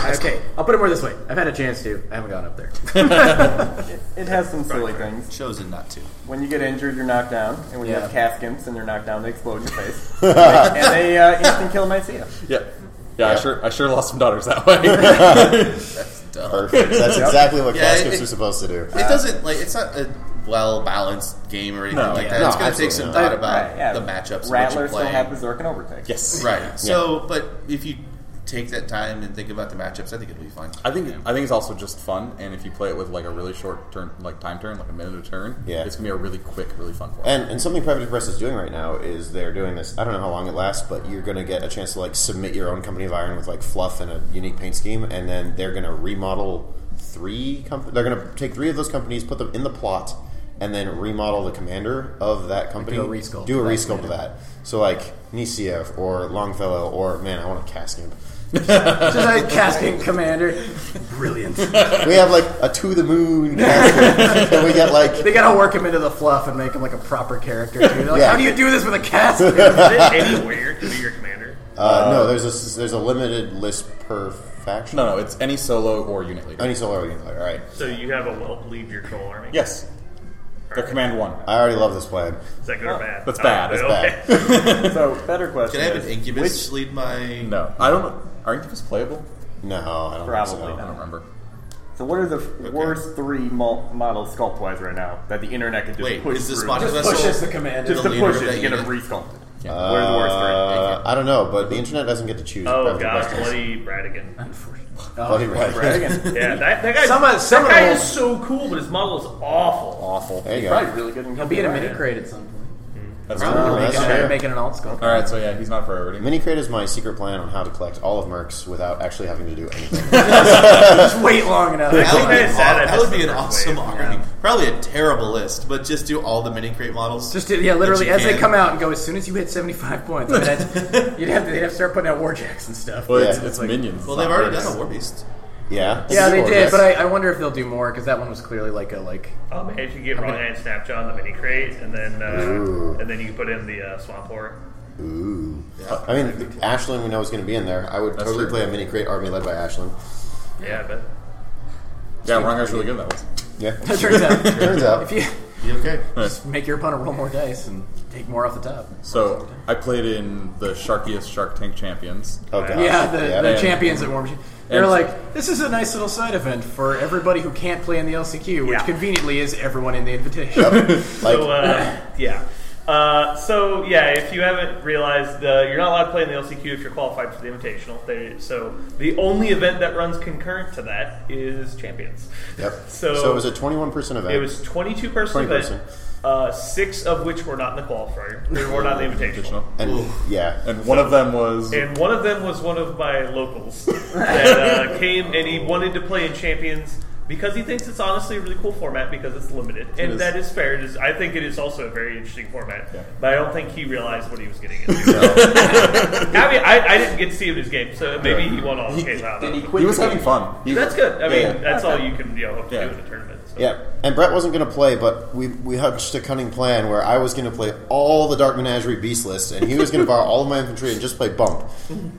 Speaker 1: Okay, I'll put it more this way: I've had a chance to. I haven't gone up there.
Speaker 6: It, it has some silly things.
Speaker 5: Chosen not to.
Speaker 6: When you get injured, you're knocked down, and when you have
Speaker 1: Yeah.
Speaker 6: caskins and they're knocked down, they explode in your face, and they, and they uh, instant kill Mycia.
Speaker 3: Yeah. Yeah, I sure I sure lost some daughters that way.
Speaker 2: Perfect. That's exactly what
Speaker 5: Yeah,
Speaker 2: caskets
Speaker 5: it-
Speaker 2: are supposed to do.
Speaker 5: It doesn't like it's not a well balanced game or anything
Speaker 3: No,
Speaker 5: like
Speaker 3: yeah.
Speaker 5: that.
Speaker 2: No,
Speaker 5: it's going to take
Speaker 2: absolutely
Speaker 5: some
Speaker 2: not.
Speaker 5: thought about
Speaker 6: Right, yeah.
Speaker 5: the matchups. and what
Speaker 6: Rattler
Speaker 5: you're
Speaker 6: still
Speaker 5: playing.
Speaker 6: had Berserk and Overtake.
Speaker 3: yes.
Speaker 5: right. So, but if you take that time and think about the matchups, I think it'll be fine.
Speaker 3: I think I think it's also just fun, and if you play it with like a really short turn, like time turn, like a minute a turn,
Speaker 2: Yeah.
Speaker 3: it's gonna be a really quick, really fun format.
Speaker 2: And, and something Private Press is doing right now is they're doing this. I don't know how long it lasts, but you're going to get a chance to like submit your own company of iron with like fluff and a unique paint scheme, and then they're going to remodel three. Com- they're going to take three of those companies, put them in the plot, and then remodel the commander of that company.
Speaker 1: do a resculpt
Speaker 2: Do a
Speaker 1: of that
Speaker 2: resculpt of that. So like Nisiev or Longfellow or man, I want a Cascamp.
Speaker 1: just a casting commander. Brilliant.
Speaker 2: we have like a to the moon Cascamp, and we get like
Speaker 1: They gotta work him into the fluff and make him like a proper character. Too. They're Like,
Speaker 2: Yeah.
Speaker 1: how do you do this with a cast?
Speaker 4: Is it any weird to be your commander?
Speaker 2: uh, no. There's a there's a limited list per faction. Oh,
Speaker 3: no, no, it's any solo or unit leader.
Speaker 2: Any solo game player. All right.
Speaker 4: So you have a well lead your troll army?
Speaker 3: yes, they're command one.
Speaker 2: I already love this plan.
Speaker 4: Is that good or bad?
Speaker 3: That's bad, that's
Speaker 4: bad.
Speaker 6: So, better question
Speaker 5: Can I have
Speaker 6: is,
Speaker 5: an incubus lead my?
Speaker 3: No, I don't. know. Are Incubus playable?
Speaker 2: No, I don't
Speaker 6: Probably
Speaker 2: think
Speaker 3: I
Speaker 2: so.
Speaker 6: not.
Speaker 3: don't remember.
Speaker 6: so what are the f worst three mo- models sculpt-wise right now that the internet could just
Speaker 5: Wait,
Speaker 6: push
Speaker 5: is this
Speaker 6: through?
Speaker 5: model
Speaker 6: Just,
Speaker 5: vessel?
Speaker 1: Pushes the commander.
Speaker 6: just
Speaker 5: the
Speaker 6: to
Speaker 5: leader
Speaker 6: push
Speaker 5: of
Speaker 6: it
Speaker 5: that
Speaker 6: and get them
Speaker 5: unit?
Speaker 6: re-sculpted. What are the worst three?
Speaker 2: Uh, I don't know, but the internet doesn't get to choose.
Speaker 4: Oh
Speaker 2: Private
Speaker 4: god,
Speaker 2: Questions.
Speaker 4: bloody Bradigan.
Speaker 2: Bloody right.
Speaker 4: Yeah, that, that guy.
Speaker 1: Some of- some
Speaker 4: that
Speaker 1: of the
Speaker 4: guy
Speaker 1: whole-
Speaker 4: is so cool, but his model is awful.
Speaker 3: Awful.
Speaker 2: There you go.
Speaker 6: Probably really good in
Speaker 1: He'll be in a
Speaker 6: company,
Speaker 1: mini
Speaker 6: right?
Speaker 1: crate at some point.
Speaker 3: That's
Speaker 2: Oh, that's
Speaker 1: Making-
Speaker 2: fair.
Speaker 1: Making an alt sculpt.
Speaker 3: All right, so yeah, he's not a priority.
Speaker 2: Mini Crate is my secret plan on how to collect all of Mercs without actually having to do anything.
Speaker 1: Just wait long enough.
Speaker 5: That would, be
Speaker 4: kinda
Speaker 5: an,
Speaker 4: sad
Speaker 5: aw-
Speaker 4: I
Speaker 5: that would be
Speaker 4: missed
Speaker 5: an
Speaker 4: the first
Speaker 5: awesome
Speaker 4: wave,
Speaker 5: army.
Speaker 1: yeah.
Speaker 5: Probably a terrible list, but just do all the mini crate models.
Speaker 1: Just to, yeah, literally
Speaker 5: that you
Speaker 1: as they
Speaker 5: can.
Speaker 1: come out and go. As soon as you hit seventy five points, I mean, that's- you'd have to, they'd have to start putting out war jacks and stuff.
Speaker 3: Well, it's,
Speaker 2: Yeah.
Speaker 3: it's minions.
Speaker 5: Well, they've already done a war beast.
Speaker 2: yeah.
Speaker 1: yeah, they
Speaker 2: Or
Speaker 1: did,
Speaker 2: yes.
Speaker 1: but I, I wonder if they'll do more because that one was clearly like a like.
Speaker 4: Oh man, if you get wrong hand Snapjaw on the mini crate, and then uh, and then you can put in the uh, swamp horror.
Speaker 2: Ooh. I mean, Ashlyn we know is going to be in there. I would
Speaker 3: That's
Speaker 2: totally
Speaker 3: true.
Speaker 2: play a Mini Crate army led by Ashlyn.
Speaker 4: Yeah, but
Speaker 3: Yeah, wrong guy's really good. That was.
Speaker 2: Yeah.
Speaker 1: It turns out
Speaker 2: Turns out.
Speaker 1: if you
Speaker 5: You okay?
Speaker 1: make your opponent roll more dice and Take more off the top.
Speaker 3: So I played in the sharkiest Shark Tank champions.
Speaker 4: Uh,
Speaker 2: Oh god.
Speaker 1: Yeah, the, the
Speaker 3: Yeah.
Speaker 1: champions at War Machine. They're
Speaker 3: And-
Speaker 1: like, this is a nice little side event for everybody who can't play in the LCQ, which
Speaker 4: Yeah.
Speaker 1: conveniently is everyone in the invitation.
Speaker 2: like
Speaker 4: So, uh, yeah. Uh, so yeah, if you haven't realized, uh, you're not allowed to play in the LCQ if you're qualified for the Invitational. There, so the only event that runs concurrent to that is Champions.
Speaker 2: Yep.
Speaker 4: So-
Speaker 2: it was a 21 person event.
Speaker 4: It was 22 person
Speaker 2: 20
Speaker 4: event, uh, six of which were not in the qualifier. They were not in the Invitational.
Speaker 2: and yeah,
Speaker 3: And one of them was
Speaker 4: And one of them was one of my locals that uh, came and he wanted to play in Champions because he thinks it's honestly a really cool format because it's limited, and
Speaker 3: is.
Speaker 4: that is fair. It is, I think it is also a very interesting format,
Speaker 3: Yeah.
Speaker 4: but I don't think he realized what he was getting into. I mean, I, I didn't get to see him in his game, so maybe he won all the games. I don't know.
Speaker 3: he was having fun. He,
Speaker 4: That's good. I mean,
Speaker 2: Yeah.
Speaker 4: that's all you can you know, hope to
Speaker 3: Yeah.
Speaker 4: do in a tournament. So.
Speaker 2: Yeah, and Brett wasn't going to play, but we we hatched a cunning plan where I was going to play all the Dark Menagerie Beast list, and he was going to borrow all of my infantry and just play Bump.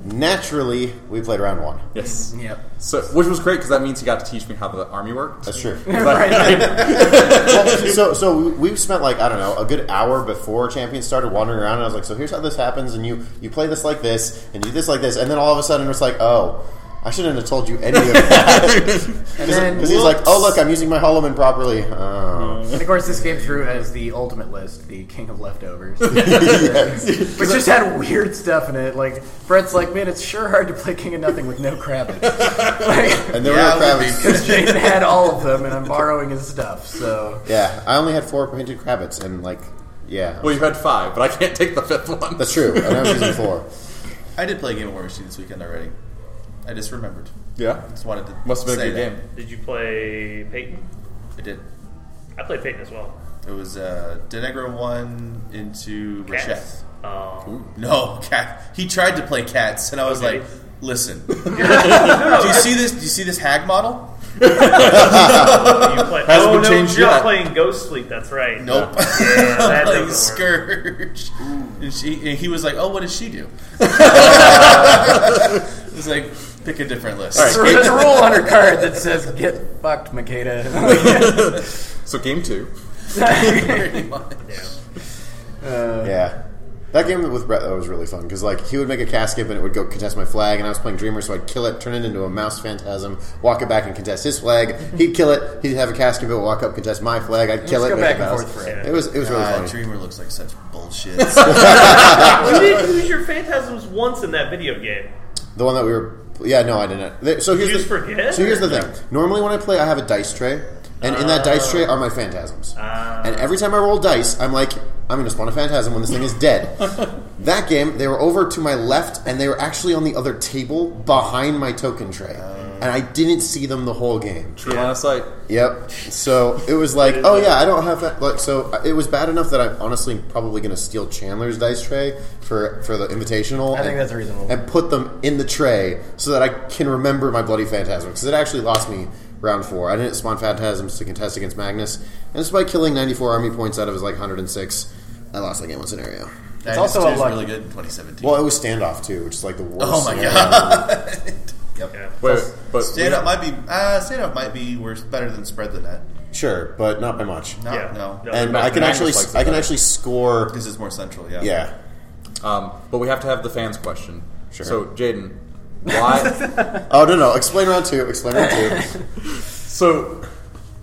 Speaker 2: Naturally, we played round one.
Speaker 3: yes.
Speaker 1: yep.
Speaker 3: So which was great because that means he got to teach me how the army worked.
Speaker 2: That's true.
Speaker 1: Right.
Speaker 2: Well, so so we- we spent like I don't know a good hour before Champions started wandering around, and I was like, so here's how this happens, and you you play this like this, and you do this like this, and then all of a sudden it's like, oh. I shouldn't have told you any of that.
Speaker 1: then-
Speaker 2: Because he's like, oh, look, I'm using my Holloman properly. Oh.
Speaker 1: And of course, this came through as the ultimate list, the king of leftovers, which just had weird stuff in it. Like Brett's like, man, it's sure hard to play king of nothing with no Kravitz. like,
Speaker 2: And there
Speaker 5: Yeah,
Speaker 2: were
Speaker 5: it would be-
Speaker 2: crabs.
Speaker 1: Jason had all of them, and I'm borrowing his stuff. So
Speaker 2: Yeah, I only had four painted crabbits, and like, yeah,
Speaker 3: Well, you had five, but I can't take the fifth one.
Speaker 2: that's true. And I was using four.
Speaker 5: I did play Game of War Machine this weekend already. I just remembered.
Speaker 3: Yeah,
Speaker 5: Just wanted to.
Speaker 3: must have been a
Speaker 5: say
Speaker 3: good
Speaker 5: that.
Speaker 3: game.
Speaker 4: Did you play Peyton?
Speaker 5: I did.
Speaker 4: I played Peyton as well.
Speaker 5: It was uh, Denegro one into Rasheth.
Speaker 4: Cats. Um,
Speaker 5: No, cat. He tried to play cats, and I was
Speaker 4: Okay.
Speaker 5: like, "Listen, do you see this? Do you see this hag model?
Speaker 4: you play,
Speaker 3: Hasn't
Speaker 4: oh,
Speaker 3: been
Speaker 4: no,
Speaker 3: changed
Speaker 4: you're
Speaker 3: yet.
Speaker 4: playing Ghost Fleet. That's right.
Speaker 5: Nope.
Speaker 4: Yeah, that
Speaker 5: Like,
Speaker 4: doesn't work.
Speaker 5: scourge." And she and he was like, "Oh, what does she do?" it was like, pick a different list.
Speaker 1: So there's a rule on her card that says "Get fucked, Makeda."
Speaker 3: So game two.
Speaker 5: Pretty much.
Speaker 2: Yeah, that game with Brett though was really fun because like he would make a casket and it would go contest my flag, and I was playing Dreamer, so I'd kill it, turn it into a mouse phantasm, walk it back and contest his flag. He'd kill it. He'd have a casket and walk up, contest my flag. I'd kill
Speaker 1: Let's
Speaker 2: it.
Speaker 1: go
Speaker 2: make
Speaker 1: back
Speaker 2: a
Speaker 1: and
Speaker 2: mouse.
Speaker 1: forth forever.
Speaker 2: It was it was really
Speaker 5: God,
Speaker 2: funny.
Speaker 5: Uh, Dreamer looks like such bullshit.
Speaker 4: You did use your phantasms once in that video game.
Speaker 2: The one that we were. Yeah, no, I didn't. Th- So here's
Speaker 4: you just
Speaker 2: the,
Speaker 4: forget?
Speaker 2: So here's the thing. Normally, when I play, I have a dice tray, and in that dice tray
Speaker 4: Oh.
Speaker 2: are my phantasms.
Speaker 4: Ah.
Speaker 2: and every time I roll dice, I'm like, I'm going to spawn a phantasm when this thing is dead. that game, they were over to my left, and they were actually on the other table behind my token tray,
Speaker 4: Oh.
Speaker 2: and I didn't see them the whole game.
Speaker 3: True line of sight.
Speaker 2: Yep. So it was like, oh yeah, I don't have that. Like, so it was bad enough that I'm honestly probably going to steal Chandler's dice tray for for the invitational.
Speaker 1: I think
Speaker 2: and-
Speaker 1: that's reasonable.
Speaker 2: And put them in the tray so that I can remember my bloody phantasm because it actually lost me round four. I didn't spawn phantasms to contest against Magnus, and it's by killing 94 army points out of his like 106. I lost that game on scenario.
Speaker 5: It's
Speaker 1: also a luck-
Speaker 5: really good in 2017.
Speaker 2: Well, it was standoff too, which is like the worst.
Speaker 5: oh my
Speaker 2: scenario.
Speaker 5: god.
Speaker 4: Yeah.
Speaker 3: Wait, but
Speaker 5: Stand up might be uh, stand up might be worse, better than spread the net.
Speaker 2: Sure, but not by much.
Speaker 5: No,
Speaker 4: yeah.
Speaker 5: no,
Speaker 2: And
Speaker 3: Magnus
Speaker 2: I can actually,
Speaker 3: likes it
Speaker 2: I can
Speaker 3: better.
Speaker 2: actually score.
Speaker 5: because it's more central. Yeah,
Speaker 2: Yeah.
Speaker 3: Um, but we have to have the fans question.
Speaker 2: Sure.
Speaker 3: So Jaden, why?
Speaker 2: Oh no no! Explain round two. Explain round two.
Speaker 3: so,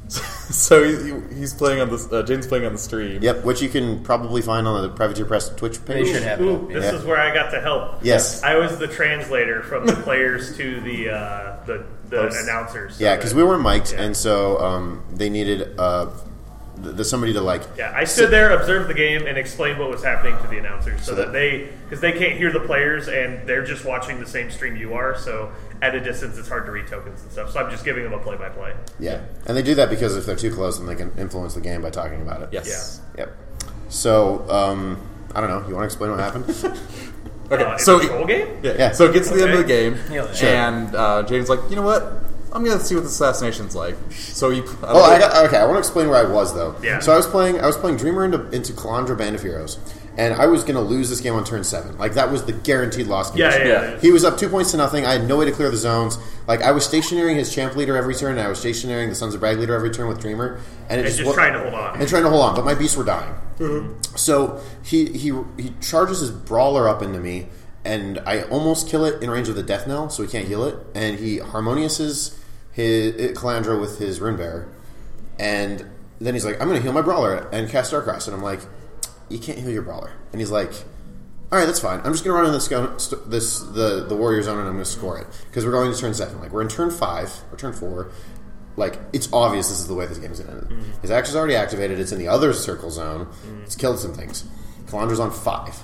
Speaker 3: so he, he's playing on this. Uh, Jaden's playing on the stream.
Speaker 2: yep, which you can probably find on the Privateer Press Twitch
Speaker 1: They
Speaker 2: page.
Speaker 1: should have
Speaker 4: Ooh,
Speaker 1: it.
Speaker 4: this
Speaker 2: Yeah.
Speaker 4: is where I got to help.
Speaker 2: Yes.
Speaker 4: I was the translator from the players to the uh, the, the announcers. so
Speaker 2: Yeah,
Speaker 4: that-
Speaker 2: because we weren't mic'd,
Speaker 4: Yeah.
Speaker 2: and so um, they needed uh, th- th- somebody to like.
Speaker 4: Yeah, I stood there, observed the game, and explained what was happening to the announcers, so,
Speaker 2: So
Speaker 4: that,
Speaker 2: that-
Speaker 4: they, because they can't hear the players, and they're just watching the same stream you are. So at a distance, it's hard to read tokens and stuff. So I'm just giving them a play-by-play.
Speaker 2: Yeah, and they do that because if they're too close, then they can influence the game by talking about it.
Speaker 3: Yes.
Speaker 2: Yep. So um, I don't know. You want to explain what happened?
Speaker 3: Okay.
Speaker 5: Oh,
Speaker 4: Uh,
Speaker 3: so
Speaker 4: it's a control game.
Speaker 3: Yeah.
Speaker 2: Yeah.
Speaker 3: So it gets to the end of the
Speaker 4: Okay.
Speaker 3: game,
Speaker 1: Yeah.
Speaker 2: Sure.
Speaker 3: and uh, Jaden's like, you know what? I'm gonna see what this assassination's like. So he.
Speaker 2: Oh, I got, okay. I want to explain where I was though.
Speaker 4: Yeah.
Speaker 2: So I was playing. I was playing Dreamer into into Calandra Band of Heroes, and I was going to lose this game on turn seven. Like that was the guaranteed loss.
Speaker 4: Yeah,
Speaker 2: condition.
Speaker 4: yeah, yeah.
Speaker 2: He was up two points to nothing. I had no way to clear the zones. Like I was stationaring his champ leader every turn. And I was stationaring the Sons of Brag leader every turn with Dreamer, and it
Speaker 4: and
Speaker 2: just,
Speaker 4: just
Speaker 2: wa-
Speaker 4: trying to Mm-hmm. hold on.
Speaker 2: and trying to hold on, but my beasts were dying. So he he he charges his brawler up into me, and I almost kill it in range of the death knell, so he can't heal it. And he harmoniouses his Calandra with his rune bearer, and then he's like, "I'm going to heal my brawler and cast Starcross," and I'm like, "You can't heal your brawler," and he's like. All right, that's fine. I'm just going to run in this, go- st- this the the warrior zone, and I'm going to score it because we're going to turn seven. Like we're in turn five or turn four, like it's obvious this is the way this game's gonna end. His action's already activated. It's in the other circle zone. It's killed some things. Calandra's on five,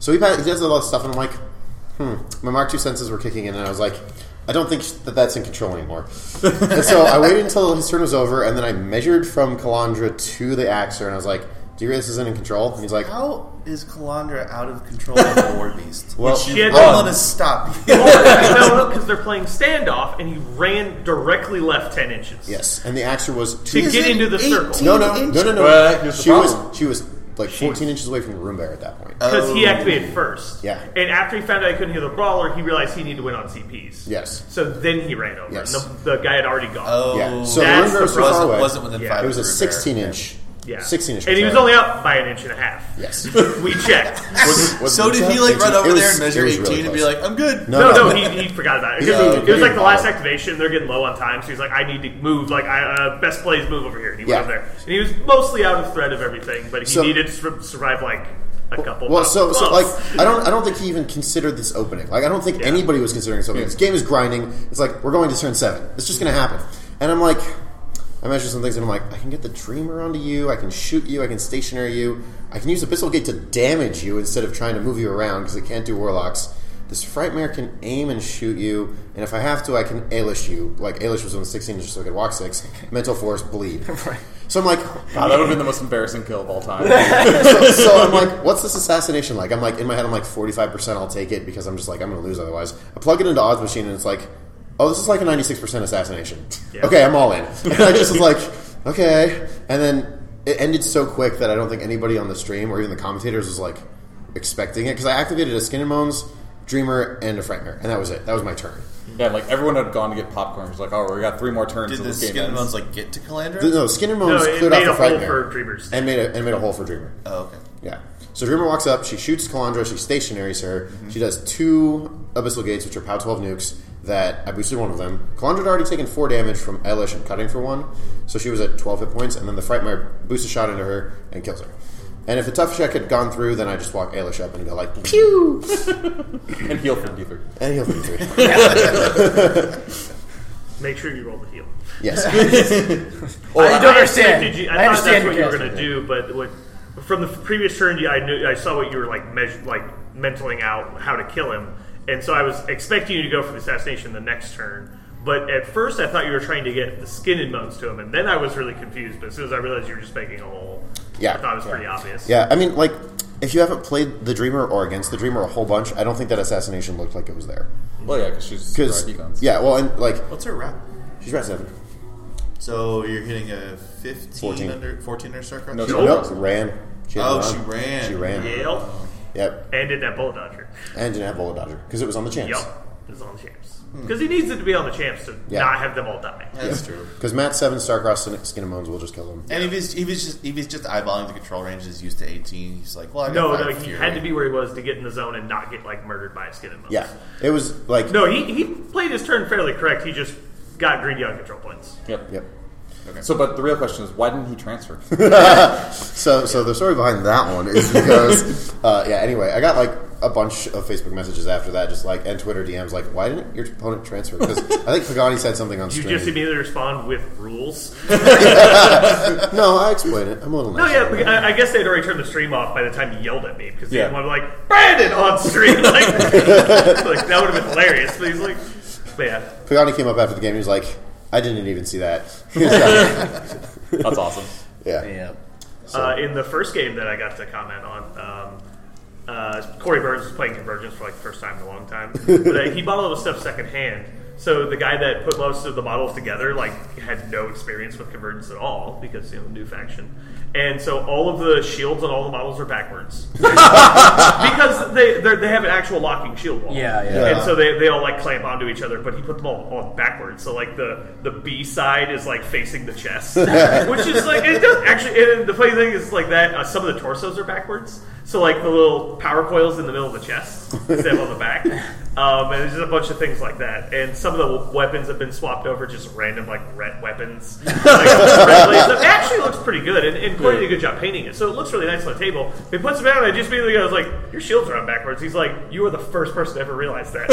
Speaker 2: so he, pa- he does a lot of stuff, and I'm like, hmm. My Mark two senses were kicking in, and I was like, I don't think that that's in control anymore. and so I waited until his turn was over, and then I measured from Calandra to the Axer, and I was like, Do you realize this isn't in control? And he's like,
Speaker 5: How is Kalandra out of control of the War Beast?
Speaker 2: Well, um,
Speaker 5: Which
Speaker 4: She
Speaker 5: you
Speaker 4: had
Speaker 5: won't
Speaker 4: done.
Speaker 5: let us stop
Speaker 4: no, no, because they're playing standoff, and he ran directly left ten inches.
Speaker 2: Yes, and the Axer was two
Speaker 4: To get into the circle.
Speaker 2: No, no, no, no, no.
Speaker 3: Well, here's the
Speaker 2: she
Speaker 3: problem.
Speaker 2: was she was like 14 inches away from the room bear at that point.
Speaker 4: Because he activated first.
Speaker 2: Oh. Yeah.
Speaker 4: And after he found out he couldn't heal the brawler, he realized he needed to win on CPs.
Speaker 2: Yes.
Speaker 4: So then he ran over.
Speaker 2: Yes.
Speaker 4: And the, the guy had already gone.
Speaker 5: Oh,
Speaker 2: Yeah, so the
Speaker 4: That's
Speaker 2: room bear was
Speaker 4: the
Speaker 2: too far
Speaker 5: wasn't,
Speaker 2: away.
Speaker 5: wasn't within
Speaker 4: Yeah.
Speaker 5: five.
Speaker 2: It was a
Speaker 5: of the Rune Bear.
Speaker 2: 16 inch.
Speaker 4: yeah.
Speaker 2: 16 inch.
Speaker 4: And he was
Speaker 2: sorry.
Speaker 4: only up by an inch and a half.
Speaker 2: Yes.
Speaker 4: We checked.
Speaker 3: Was- was
Speaker 5: So
Speaker 3: the
Speaker 5: did
Speaker 3: chat-
Speaker 5: he like run
Speaker 2: It
Speaker 5: over
Speaker 2: was-
Speaker 5: there and measure
Speaker 2: it was
Speaker 5: 18
Speaker 2: really
Speaker 5: and be
Speaker 2: close.
Speaker 5: like, "Oh, "I'm good"?
Speaker 2: No.
Speaker 4: No, no, he, he forgot about it. 'Cause
Speaker 2: Yeah.
Speaker 4: he- it was like the last
Speaker 2: Yeah.
Speaker 4: activation. They're getting low on time, so he's like, "I need to move. Like, I, uh, best plays move over here." And he
Speaker 2: Yeah.
Speaker 4: went over there, and he was mostly out of threat of everything, but he
Speaker 2: So-
Speaker 4: needed to sur- survive like a couple.
Speaker 2: Well,
Speaker 4: pop-
Speaker 2: so, so like
Speaker 4: bumps.
Speaker 2: I don't I don't think he even considered this opening. Like I don't think anybody was considering this opening. This game is grinding. It's like we're going to turn seven. It's just going to happen. And I'm like, I measure some things, and I'm like, I can get the dreamer onto you. I can shoot you. I can stationary you. I can use Abyssal Gate to damage you instead of trying to move you around because it can't do warlocks. This Frightmare can aim and shoot you, and if I have to, I can Ailish you. Like Ailish was on 16 inches, so I could walk six. Mental Force, bleed. So I'm like,
Speaker 3: Wow, that would have been the most embarrassing kill of all time.
Speaker 2: so, so I'm like, what's this assassination like? I'm like, in my head, I'm like, 45% I'll take it because I'm just like, I'm going to lose otherwise. I plug it into Odds Machine and it's like, oh, this is like a 96% assassination.
Speaker 4: Yeah.
Speaker 2: Okay, I'm all in. And I just was like, okay. And then it ended so quick that I don't think anybody on the stream or even the commentators was like expecting it because I activated a Skin and Bones, Dreamer, and a Frightmare. And that was it. That was my turn.
Speaker 3: yeah, like everyone had gone to get popcorn. She's like, "Oh, we got three more turns."
Speaker 5: Did
Speaker 3: till
Speaker 5: the
Speaker 3: this
Speaker 5: skin
Speaker 3: game
Speaker 5: and
Speaker 3: ends."
Speaker 5: bones like get to Kalandra?
Speaker 2: The- No, Skin and Bones
Speaker 4: No, it
Speaker 2: cleared out
Speaker 4: made
Speaker 2: the
Speaker 4: a hole
Speaker 2: Frightmare.
Speaker 4: for Dreamer's.
Speaker 2: And made, a, and made a hole for Dreamer.
Speaker 5: oh, okay.
Speaker 2: Yeah. So Dreamer walks up. She shoots Kalandra. She stationaries her.
Speaker 5: Mm-hmm.
Speaker 2: She does two Abyssal Gates, which are POW 12 nukes, that I boosted one of them. Kalandra had already taken four damage from Elish and cutting for one, so she was at 12 hit points, and then the Frightmare boosts a shot into her and kills her. And if the tough check had gone through, then I just walk Elish up and go like, pew!
Speaker 3: and heal from D three.
Speaker 2: And he'll be through.
Speaker 4: Make sure you roll the heal.
Speaker 2: yes.
Speaker 4: I
Speaker 1: don't understand.
Speaker 4: expected You, I,
Speaker 1: I
Speaker 4: thought
Speaker 1: understand
Speaker 4: that's what
Speaker 1: you
Speaker 4: you were
Speaker 1: guys
Speaker 4: going to do, but what, from the previous turn, you- I knew I saw what you were like measure, like mentaling out how to kill him, and so I was expecting you to go for the assassination the next turn. But at first, I thought you were trying to get the skin and bones to him, and then I was really confused. But as soon as I realized you were just making a hole,
Speaker 2: Yeah.
Speaker 4: I thought it was pretty obvious.
Speaker 2: Yeah, I mean, like, if you haven't played the Dreamer or against the Dreamer a whole bunch, I don't think that assassination looked like it was there.
Speaker 3: Well, yeah, because she's
Speaker 2: Because,
Speaker 3: defense.
Speaker 2: yeah, well, and, like,
Speaker 5: What's her rep?
Speaker 2: she's right seven.
Speaker 5: So you're hitting a 15
Speaker 2: 14.
Speaker 5: under 14 under circle.
Speaker 3: No,
Speaker 5: She-
Speaker 4: Nope.
Speaker 2: Nope, ran. She had
Speaker 5: Oh,
Speaker 2: to
Speaker 5: she
Speaker 2: run.
Speaker 5: ran.
Speaker 2: She ran.
Speaker 4: Yep.
Speaker 2: Yep.
Speaker 4: and did that bullet dodger.
Speaker 2: And didn't have Bullet Dodger because it was on the champs.
Speaker 4: Yep, is on the champs because he needs it to be on the champs to
Speaker 2: Yeah.
Speaker 4: not have them all die.
Speaker 5: That's true.
Speaker 2: Because Matt Seven Starcross and Skin and Bones will just kill him.
Speaker 5: And if he's, if he's just if he's just eyeballing the control range is used to 18, he's like, well, I got
Speaker 4: No,
Speaker 5: five
Speaker 4: no, he
Speaker 5: fury.
Speaker 4: had to be where he was to get in the zone and not get like murdered by a skin and bones.
Speaker 2: Yeah, it was like
Speaker 4: No, he, he played his turn fairly correct. He just got greedy on control points.
Speaker 3: Yep.
Speaker 2: Yep.
Speaker 3: So, but the real question is, why didn't he transfer?
Speaker 2: So, so the story behind that one is because, uh, yeah. Anyway, I got like a bunch of Facebook messages after that, just like and Twitter DMs, like, why didn't your opponent transfer? Because I think Pagani said something on
Speaker 4: You
Speaker 2: stream.
Speaker 4: just immediately respond with rules.
Speaker 2: no, I explained it. I'm a little.
Speaker 4: No,
Speaker 2: Nice
Speaker 4: yeah,
Speaker 2: about it.
Speaker 4: I, I guess they'd already turned the stream off by the time you yelled at me because they
Speaker 3: Yeah.
Speaker 4: wanted like Brandon on stream. Like, like that would have been hilarious. But he's like, but yeah,
Speaker 2: Pagani came up after the game. He was like, I didn't even see that. yeah.
Speaker 3: That's awesome.
Speaker 5: Yeah.
Speaker 4: uh, in the first game that I got to comment on, um, uh, Corey Burns was playing Convergence for like the first time in a long time. But, uh, he bought all the stuff secondhand, So the guy that put most of the models together like had no experience with convergence at all because you know new faction, and so all of the shields and all the models are backwards because they they're- they have an actual locking shield wall.
Speaker 1: Yeah, yeah.
Speaker 2: Yeah.
Speaker 4: And so they, they all like clamp onto each other, but he put them all on backwards. So like the the B side is like facing the chest, which is like it does actually. And the funny thing is like that uh, some of the torsos are backwards. So like the little power coils in the middle of the chest instead of on the back, um, and there's just a bunch of things like that. And some of the weapons have been swapped over, just random like red weapons. Like, red blades. It actually looks pretty good, and, and Corey did a good job painting it, so it looks really nice on the table. He puts it down, and I just immediately goes like, "Your shields are on backwards." He's like, "You are the first person to ever realize that."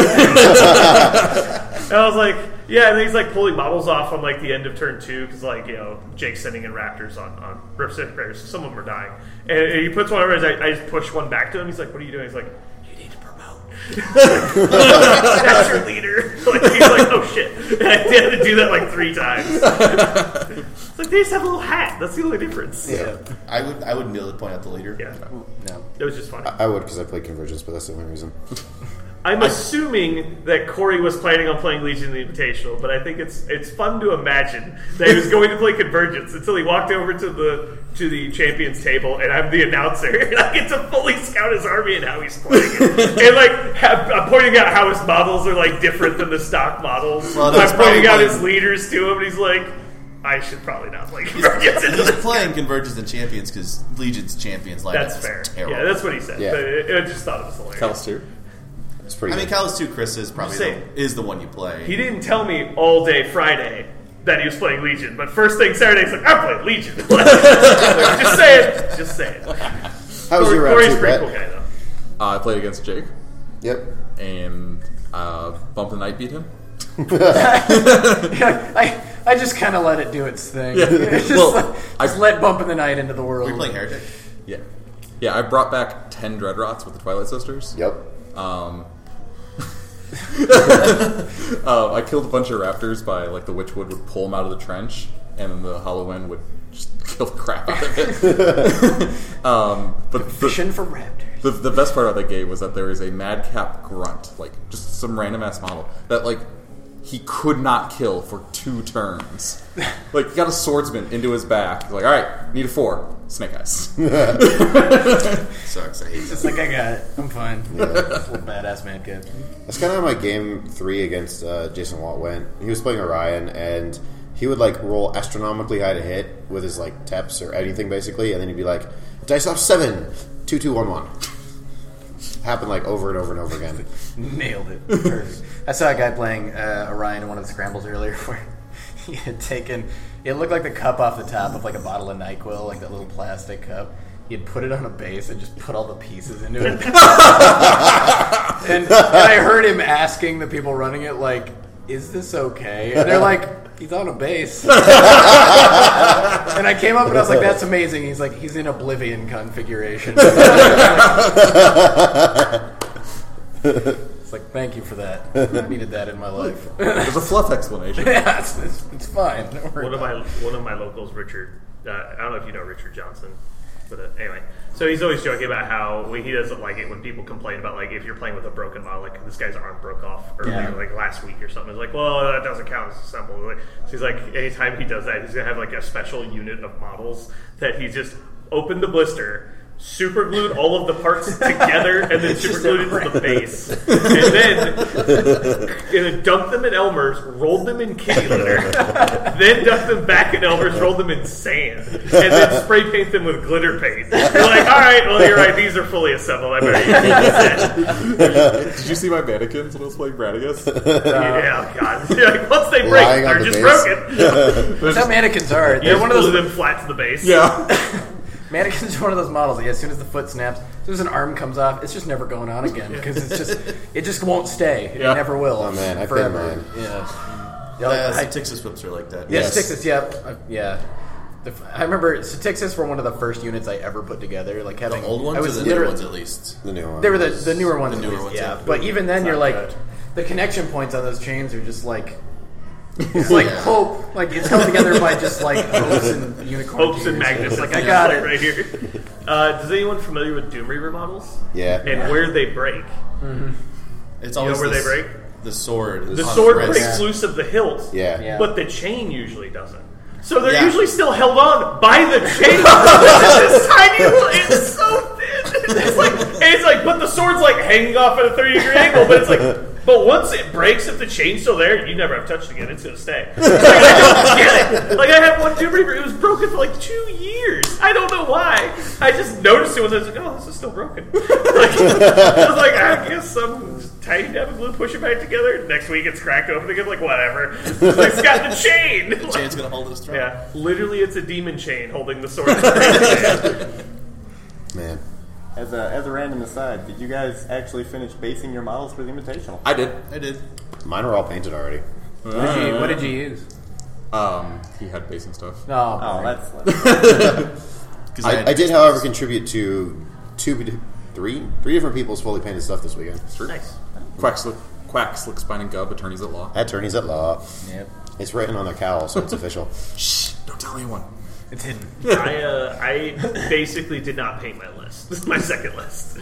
Speaker 4: And I was like, yeah, and then he's like pulling models off on like the end of turn two because like you know Jake's sending in Raptors on on reciprocator, so some of them are dying, and, and he puts one over. And I, I just push one back to him. He's like, "What are you doing?" He's like, "You need to promote." That's your leader. like, he's like, "Oh shit!" And I had to do that like three times. it's like they just have a little hat. That's the only difference. Yeah,
Speaker 5: I would I would merely point out the leader.
Speaker 4: yeah.
Speaker 1: No.
Speaker 4: It was just funny.
Speaker 2: I would because I played Convergence, but that's the only reason.
Speaker 4: I'm assuming that Corey was planning on playing Legion of the Invitational, but I think it's it's fun to imagine that he was going to play Convergence until he walked over to the to the champions table, and I'm the announcer, and I get to fully scout his army and how he's playing it, and like have, I'm pointing out how his models are like different than the stock models.
Speaker 5: Well, that's
Speaker 4: I'm pointing out
Speaker 5: probably-
Speaker 4: his leaders to him, and he's like, I should probably not play Convergence. into
Speaker 5: He's
Speaker 4: this."
Speaker 5: playing Convergence and Champions because Legion's Champions lineup
Speaker 4: That's
Speaker 5: is
Speaker 4: fair.
Speaker 5: terrible.
Speaker 4: Yeah, that's what he said.
Speaker 2: Yeah.
Speaker 4: But it- I just thought it was hilarious.
Speaker 3: Cal's too.
Speaker 2: It's pretty.
Speaker 5: I mean,
Speaker 2: good.
Speaker 5: Callus 2 Chris is probably
Speaker 4: Same.
Speaker 5: the, is the one you play.
Speaker 4: He didn't tell me all day Friday that he was playing Legion, but first thing Saturday, he's like, I'm playing Legion. Like, just say it. Just say it.
Speaker 2: How was your round
Speaker 4: Corey's
Speaker 2: two,
Speaker 4: pretty
Speaker 2: Brett?
Speaker 4: cool guy, though.
Speaker 3: Uh, I played against Jake,
Speaker 2: Yep.
Speaker 3: and uh, Bump the Night beat him.
Speaker 1: I, I just kind of let it do its thing.
Speaker 3: Yeah.
Speaker 1: just
Speaker 3: Well,
Speaker 1: let,
Speaker 3: I-
Speaker 1: just let Bump in the Night into the world.
Speaker 5: Are you playing Heretic?
Speaker 3: Yeah, yeah. I brought back ten Dreadrots with the Twilight Sisters.
Speaker 2: Yep.
Speaker 3: Um, uh, I killed a bunch of raptors by like the witchwood would pull them out of the trench, and then the hollow end would just kill the crap out of it. um, but the,
Speaker 1: Fishing for Raptors.
Speaker 3: the, the best part of that game was that there is a madcap grunt, like just some random ass model that like he could not kill for two turns. Like he got a swordsman into his back. Like, all right, need a four. Snake eyes.
Speaker 5: Sucks. I hate
Speaker 1: It's like I got it. I'm fine. Little badass man kid.
Speaker 2: That's kind of how my game three against uh, Jason Watt went. He was playing Orion, and he would like roll astronomically high to hit with his like taps or anything basically, and then he'd be like, "Dice off seven, two, two, one, one." Happened like over and over and over again.
Speaker 1: Nailed it. Perfect. I saw a guy playing uh, Orion in one of the scrambles earlier where he had taken, it looked like the cup off the top of like a bottle of NyQuil, like that little plastic cup. He had put it on a base and just put all the pieces into it. and, and I heard him asking the people running it, like, is this okay? And they're like, he's on a base. and I came up and I was like, that's amazing. He's like, he's in Oblivion configuration. It's like, thank you for that. I needed that in my life.
Speaker 3: There's a fluff explanation.
Speaker 1: yeah, it's, it's, it's fine. Don't worry
Speaker 4: One of
Speaker 1: about
Speaker 4: my one of my locals, Richard. Uh, I don't know if you know Richard Johnson, but uh, anyway, so he's always joking about how when he doesn't like it when people complain about like if you're playing with a broken model, like this guy's arm broke off earlier,
Speaker 1: Yeah.
Speaker 4: like last week or something. He's like, well, that doesn't count as assembled. Like, so he's like, anytime he does that, he's gonna have like a special unit of models that he just opened the blister. Super glued all of the parts together and then super glued it to the base. And then and then dumped them in Elmer's, rolled them in kitty litter, then dumped them back in Elmer's, rolled them in sand, and then spray paint them with glitter paint. You're like, all right, well, you're right. These are fully assembled. I better use these. instead."
Speaker 3: Did you see my mannequins when I was playing Bradigus?
Speaker 4: yeah, God. You're like, once they break,
Speaker 2: Lying on the
Speaker 4: they're just
Speaker 2: base.
Speaker 1: it.
Speaker 4: broken.
Speaker 1: That's how mannequins are. They're
Speaker 4: Yeah,
Speaker 1: one
Speaker 4: one
Speaker 1: of those
Speaker 4: them flat to the base.
Speaker 3: yeah.
Speaker 1: mannequins are one of those models. Like, as soon as the foot snaps, as soon as an arm comes off, it's just never going on again because it's just it just won't stay. It
Speaker 3: Yeah.
Speaker 1: never will.
Speaker 2: Oh, man, I've been
Speaker 1: forever.
Speaker 2: mine.
Speaker 1: Yeah. Yeah,
Speaker 5: that.
Speaker 1: like,
Speaker 5: Uh,
Speaker 1: I-
Speaker 5: Texas whips are like that.
Speaker 1: Yeah,
Speaker 2: Yes.
Speaker 1: Statixis, yep. Uh, yeah. The f- I remember Statixis were one of the first units I ever put together. Like having
Speaker 5: The old ones
Speaker 1: I
Speaker 5: or
Speaker 1: was
Speaker 5: the
Speaker 1: literally-
Speaker 5: new ones at least?
Speaker 2: The new one.
Speaker 1: They were the, the newer ones,
Speaker 5: The
Speaker 1: at
Speaker 5: newer
Speaker 1: least,
Speaker 5: ones,
Speaker 1: yeah.
Speaker 5: yeah.
Speaker 1: But even then,
Speaker 5: It's
Speaker 1: you're
Speaker 5: not
Speaker 1: like,
Speaker 5: good.
Speaker 1: the connection points on those chains are just like, it's like hope. Like it's held together by just like hopes and unicorn.
Speaker 4: Hopes and
Speaker 1: tears.
Speaker 4: magnets.
Speaker 1: Like I got it.
Speaker 4: right here. Uh, is anyone familiar with Doom Reaver models
Speaker 2: yeah.
Speaker 4: and where they break?
Speaker 5: It's
Speaker 4: You know
Speaker 5: always
Speaker 4: where they
Speaker 5: this-
Speaker 4: break?
Speaker 5: the sword.
Speaker 4: The
Speaker 5: on
Speaker 4: sword
Speaker 5: wrist.
Speaker 4: breaks loose of the hilt,
Speaker 2: Yeah. Yeah.
Speaker 4: but the chain usually doesn't. So they're
Speaker 5: Yeah.
Speaker 4: usually still held on by the chain. this tiny little, it's so thin. It's like, and it's like, but the sword's like hanging off at a thirty degree angle. But it's like, but once it breaks, if the chain's still there, you never have touched it again. It's gonna stay. Like, I don't get it. Like I had one Doom Reaper, it was broken for like two years. I don't know why. I just noticed it once. I was like, oh, this is still broken. Like, I was like, I guess some tiny dab of glue push it back together. Next week it's cracked open again, like whatever. It's got the chain.
Speaker 5: Chain's gonna hold his throne.
Speaker 4: yeah, literally, it's a demon chain holding the sword. in its hand.
Speaker 2: Man.
Speaker 6: As a as a random aside, did you guys actually finish basing your models for the Invitational?
Speaker 3: I did.
Speaker 5: I did.
Speaker 2: Mine are all painted already.
Speaker 1: What did you, what did you use?
Speaker 3: Um, he had basing stuff.
Speaker 1: No.
Speaker 6: Oh, that's, that's
Speaker 5: Because
Speaker 2: I, I did, however, contribute to two, three, three different people's fully painted stuff this weekend.
Speaker 4: nice.
Speaker 3: Quack, slick, quack, slick, spine, and gub. Attorneys at law.
Speaker 2: Attorneys at law.
Speaker 1: Yep.
Speaker 2: It's written on their cowl, so it's official.
Speaker 3: Shh! Don't tell anyone.
Speaker 1: It's hidden.
Speaker 4: I, uh, I basically did not paint my list. This is my second list.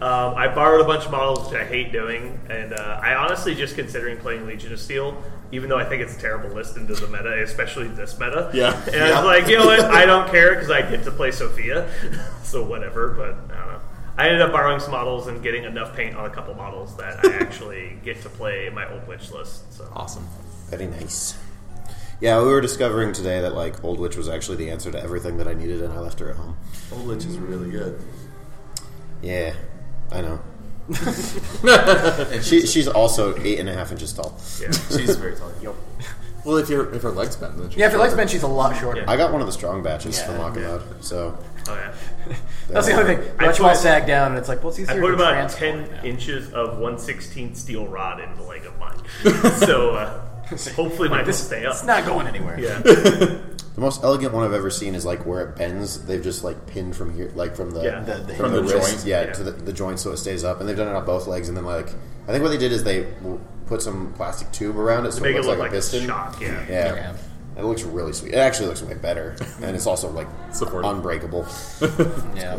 Speaker 4: Um, I borrowed a bunch of models, which I hate doing, and uh, I honestly just considering playing Legion of Steel, even though I think it's a terrible list into the meta, especially this meta.
Speaker 3: Yeah.
Speaker 4: And I was like, you know what? I don't care because I get to play Sophia, so whatever. But I don't know. I ended up borrowing some models and getting enough paint on a couple models that I actually get to play my old witch list. So Oh,
Speaker 3: Awesome.
Speaker 2: Very nice. Yeah, we were discovering today that like Old Witch was actually the answer to everything that I needed, and I left her at home.
Speaker 5: Old Lich is really good.
Speaker 2: Yeah, I know. she, she's also eight and a half inches tall.
Speaker 4: yeah.
Speaker 5: She's very tall. Yep.
Speaker 3: Well, if your if her legs bend, then she
Speaker 1: Yeah, if your legs bend, she's a lot shorter.
Speaker 2: I got one of the strong batches from
Speaker 1: Yeah.
Speaker 2: Lock and Load, so
Speaker 4: Oh yeah.
Speaker 1: That's the only thing.
Speaker 4: I
Speaker 1: Much
Speaker 4: put-
Speaker 1: all sag down, and it's like, well, it's easier
Speaker 4: I put
Speaker 1: to
Speaker 4: about
Speaker 1: transport
Speaker 4: ten
Speaker 1: now.
Speaker 4: inches of one sixteenth steel rod in the leg of mine, so uh, hopefully mine will stay up.
Speaker 1: It's not going anywhere.
Speaker 4: yeah,
Speaker 2: the most elegant one I've ever seen is like where it bends. They've just like pinned from here, like from the,
Speaker 4: Yeah.
Speaker 1: The, the
Speaker 3: From the
Speaker 2: wrist,
Speaker 3: joint.
Speaker 2: yeah,
Speaker 4: Yeah.
Speaker 2: to the, the joint, so it stays up. And they've done it on both legs, and then like I think what they did is they w- put some plastic tube around it, so
Speaker 4: make
Speaker 2: it looks like, a
Speaker 4: a
Speaker 2: piston.
Speaker 4: shock. Yeah.
Speaker 2: Yeah.
Speaker 1: Yeah.
Speaker 2: It looks really sweet. It actually looks way better, and it's also like
Speaker 3: Supportive.
Speaker 2: unbreakable.
Speaker 1: yeah.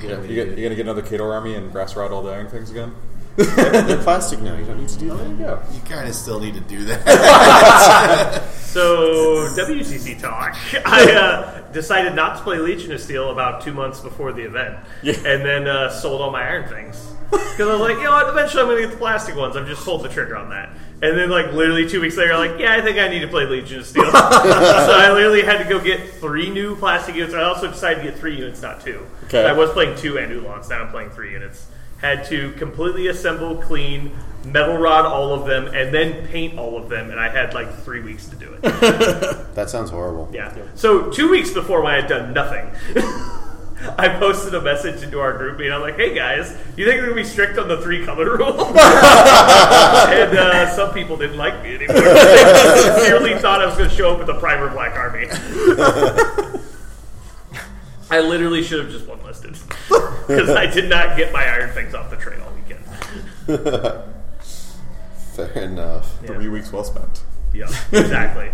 Speaker 3: Yeah, you get, you're gonna get another Kato army and brass rod all dying things again.
Speaker 2: They're plastic now. You don't need to do that.
Speaker 3: Yeah.
Speaker 5: You kind of still need to do that.
Speaker 4: So WCC talk. I uh, decided not to play Legion of Steel about two months before the event, and then uh, sold all my iron things because I was like, you know what? Eventually, I'm going to get the plastic ones. I've just pulled the trigger on that. And then, like literally two weeks later, I'm like, yeah, I think I need to play Legion of Steel. so I literally had to go get three new plastic units. I also decided to get three units, not two.
Speaker 3: Okay.
Speaker 4: I was playing two and Ulans. Now I'm playing three units. Had to completely assemble, clean, metal rod all of them, and then paint all of them. And I had like three weeks to do it.
Speaker 2: That sounds horrible.
Speaker 4: Yeah. So two weeks before when I had done nothing, I posted a message into our group and I'm like, "Hey guys, you think they're gonna be strict on the three color rule?" and uh, some people didn't like me anymore. They sincerely thought I was gonna show up with a primer black army. I literally should have just one listed because I did not get my iron things off the train all weekend.
Speaker 2: Fair enough.
Speaker 3: Three weeks well spent.
Speaker 4: Yeah, exactly.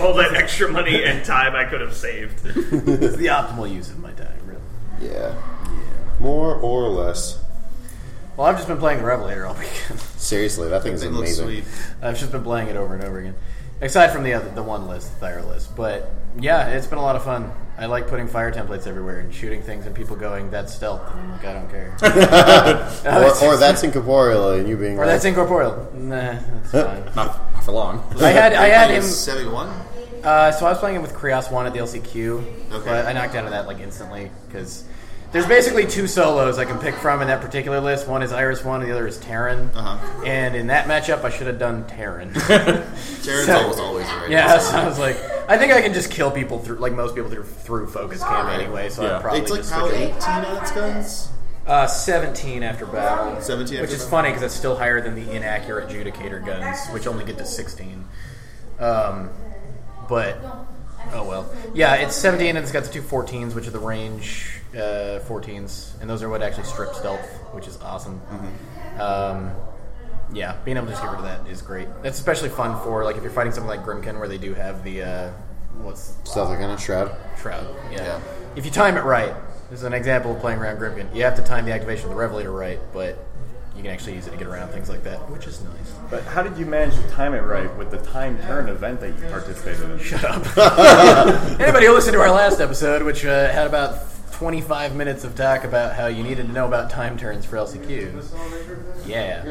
Speaker 4: All that extra money and time I could have saved.
Speaker 1: It's the optimal use of my time, really.
Speaker 2: Yeah. More or less.
Speaker 1: Well, I've just been playing Revelator all weekend.
Speaker 2: Seriously, that thing's
Speaker 5: it looks
Speaker 2: amazing.
Speaker 5: sweet.
Speaker 1: I've just been playing it over and over again. Aside from the other, the one list, the fire list, but yeah, it's been a lot of fun. I like putting fire templates everywhere and shooting things, and people going, "That's stealth." And I'm like, I don't care.
Speaker 2: Or, or that's incorporeal, and you being
Speaker 1: or
Speaker 2: like,
Speaker 1: that's incorporeal. Nah, that's fine.
Speaker 3: Not, not for long.
Speaker 1: I had I had
Speaker 5: Like,
Speaker 1: him.
Speaker 5: seventy-one.
Speaker 1: Uh, so I was playing him with Krios One at the LCQ,
Speaker 5: Okay.
Speaker 1: but I knocked out of that like instantly because there's basically two solos I can pick from in that particular list. One is Iris One, and the other is Terran.
Speaker 5: Uh-huh.
Speaker 1: And in that matchup, I should have done Terran.
Speaker 5: Jared's
Speaker 1: So-
Speaker 5: almost always right.
Speaker 1: yeah, so I was like, I think I can just kill people through like most people through through focus cam
Speaker 5: Alright.
Speaker 1: anyway. So
Speaker 3: Yeah.
Speaker 1: I probably
Speaker 5: It's like
Speaker 1: just
Speaker 5: how
Speaker 1: switch it.
Speaker 5: eighteen on its guns.
Speaker 1: Uh, 17 after battle.
Speaker 5: 17
Speaker 1: Which
Speaker 5: after
Speaker 1: is
Speaker 5: battle.
Speaker 1: funny because that's still higher than the inaccurate adjudicator guns, which only get to 16. Um, but, oh well. Yeah, it's 17 and it's got the two 14s, which are the range uh, 14s. And those are what actually strip stealth, which is awesome.
Speaker 5: Mm-hmm.
Speaker 1: Um, yeah, being able to just get rid of that is great. That's especially fun for, like, if you're fighting something like Grimkin where they do have the, uh, what's
Speaker 2: stuff like on a shroud.
Speaker 1: Trout. Yeah.
Speaker 5: Yeah.
Speaker 1: If you time it right, this is an example of playing around Grimkin. You have to time the activation of the Revelator right, but you can actually use it to get around things like that, which is nice.
Speaker 6: But how did you manage to time it right with the time turn event that you participated in?
Speaker 1: Shut up. Anybody who listened to our last episode, which uh, had about 25 minutes of talk about how you needed to know about time turns for LCQ. Yeah.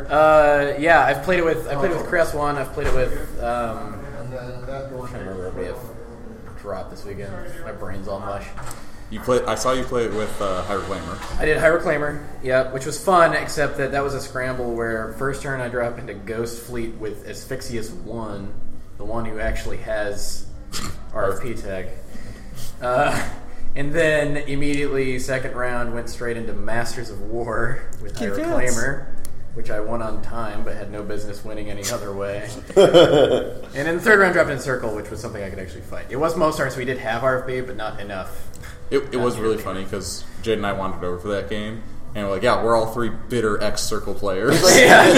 Speaker 1: Uh, yeah, I've played it with I played it with Cress one. I've played it with. Um, I'm trying to remember what we have dropped this weekend. My brain's all mush.
Speaker 3: You play. I saw you play it with uh, High Reclaimer.
Speaker 1: I did High Reclaimer, yeah, which was fun, except that that was a scramble where first turn I drop into Ghost Fleet with Asphyxius 1, the one who actually has RFP tag. Uh, and then immediately, second round, went straight into Masters of War with High Reclaimer, which I won on time but had no business winning any other way. and in the third round, dropped in Circle, which was something I could actually fight. It was Mostar, so we did have RFP, but not enough.
Speaker 3: It, it was really funny because Jade and I wandered over for that game, and we're like, yeah, we're all three bitter ex Circle players.
Speaker 1: Yeah.
Speaker 2: and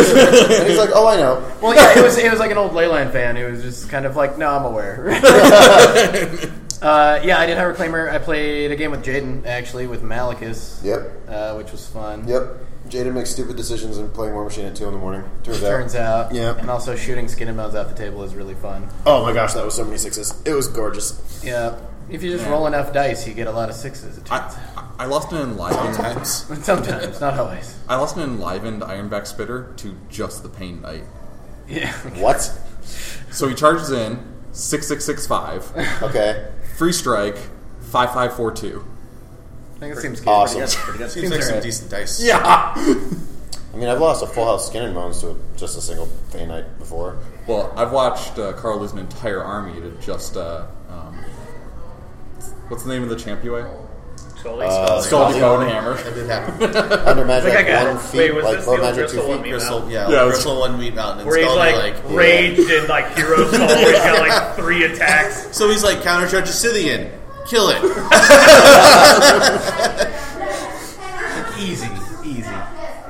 Speaker 2: he's like, "Oh, I know."
Speaker 1: Well, yeah, it was it was like an old Leyland fan who was just kind of like, "No, I'm aware." uh, yeah, I did have a reclaimer. I played a game with Jaden actually with Malicus,
Speaker 2: Yep.
Speaker 1: uh, which was fun.
Speaker 2: Yep. Jaden makes stupid decisions and playing War Machine at two in the morning. Turns out.
Speaker 1: Turns out,
Speaker 2: Yeah.
Speaker 1: and also shooting skin and bones off the table is really fun.
Speaker 2: Oh my gosh, that was so many sixes. It was gorgeous.
Speaker 1: Yeah, if you just roll enough dice, you get a lot of sixes. It turns
Speaker 3: I, I lost an enlivened times.
Speaker 1: out. Sometimes, not always.
Speaker 3: I lost an enlivened Ironback Spitter to just the Pain Knight.
Speaker 1: Yeah,
Speaker 2: What?
Speaker 3: So he charges in six six six five,
Speaker 2: Okay.
Speaker 3: free strike five five four two.
Speaker 1: I think it seems good.
Speaker 2: Awesome.
Speaker 5: Seems like some decent dice.
Speaker 3: Yeah.
Speaker 2: I mean, I've lost a full house skin and bones to just a single Fey Knight before.
Speaker 3: Well, I've watched uh, Carl lose an entire army to just uh, um, what's the name of the champ you weigh?
Speaker 4: Totally.
Speaker 3: Scaldy Bone Hammer.
Speaker 5: That did happen.
Speaker 2: Under magic,
Speaker 4: Like I got-
Speaker 2: one
Speaker 4: wait,
Speaker 2: feet,
Speaker 4: was
Speaker 2: like
Speaker 4: this
Speaker 2: low
Speaker 4: the
Speaker 2: magic
Speaker 4: Crystal
Speaker 2: two
Speaker 4: one
Speaker 2: feet.
Speaker 4: we
Speaker 5: Crystal, yeah,
Speaker 3: Yeah, it was-
Speaker 5: Crystal one meat mountain. And
Speaker 4: where he's
Speaker 5: Scald,
Speaker 4: like,
Speaker 5: like
Speaker 4: raged and like heroes call. where He's got like three attacks.
Speaker 5: So he's like counter charge Scythian, kill it.
Speaker 1: Easy, easy.
Speaker 4: Are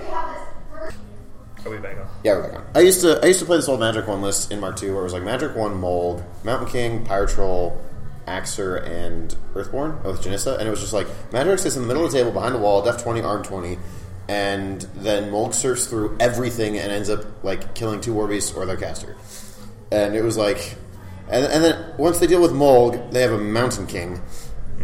Speaker 4: we back on?
Speaker 2: Yeah, we're back on. I used to I used to play this old Magic One list in Mark II, where it was like Magic One Mold, Mountain King, Pyre Troll, Axer, and Earthborn with Janissa, and it was just like Magic sits in the middle of the table behind a wall, Def twenty, Arm twenty, and then Mold surfs through everything and ends up like killing two War Beasts or their caster, and it was like, and, and then once they deal with Molg, they have a Mountain King.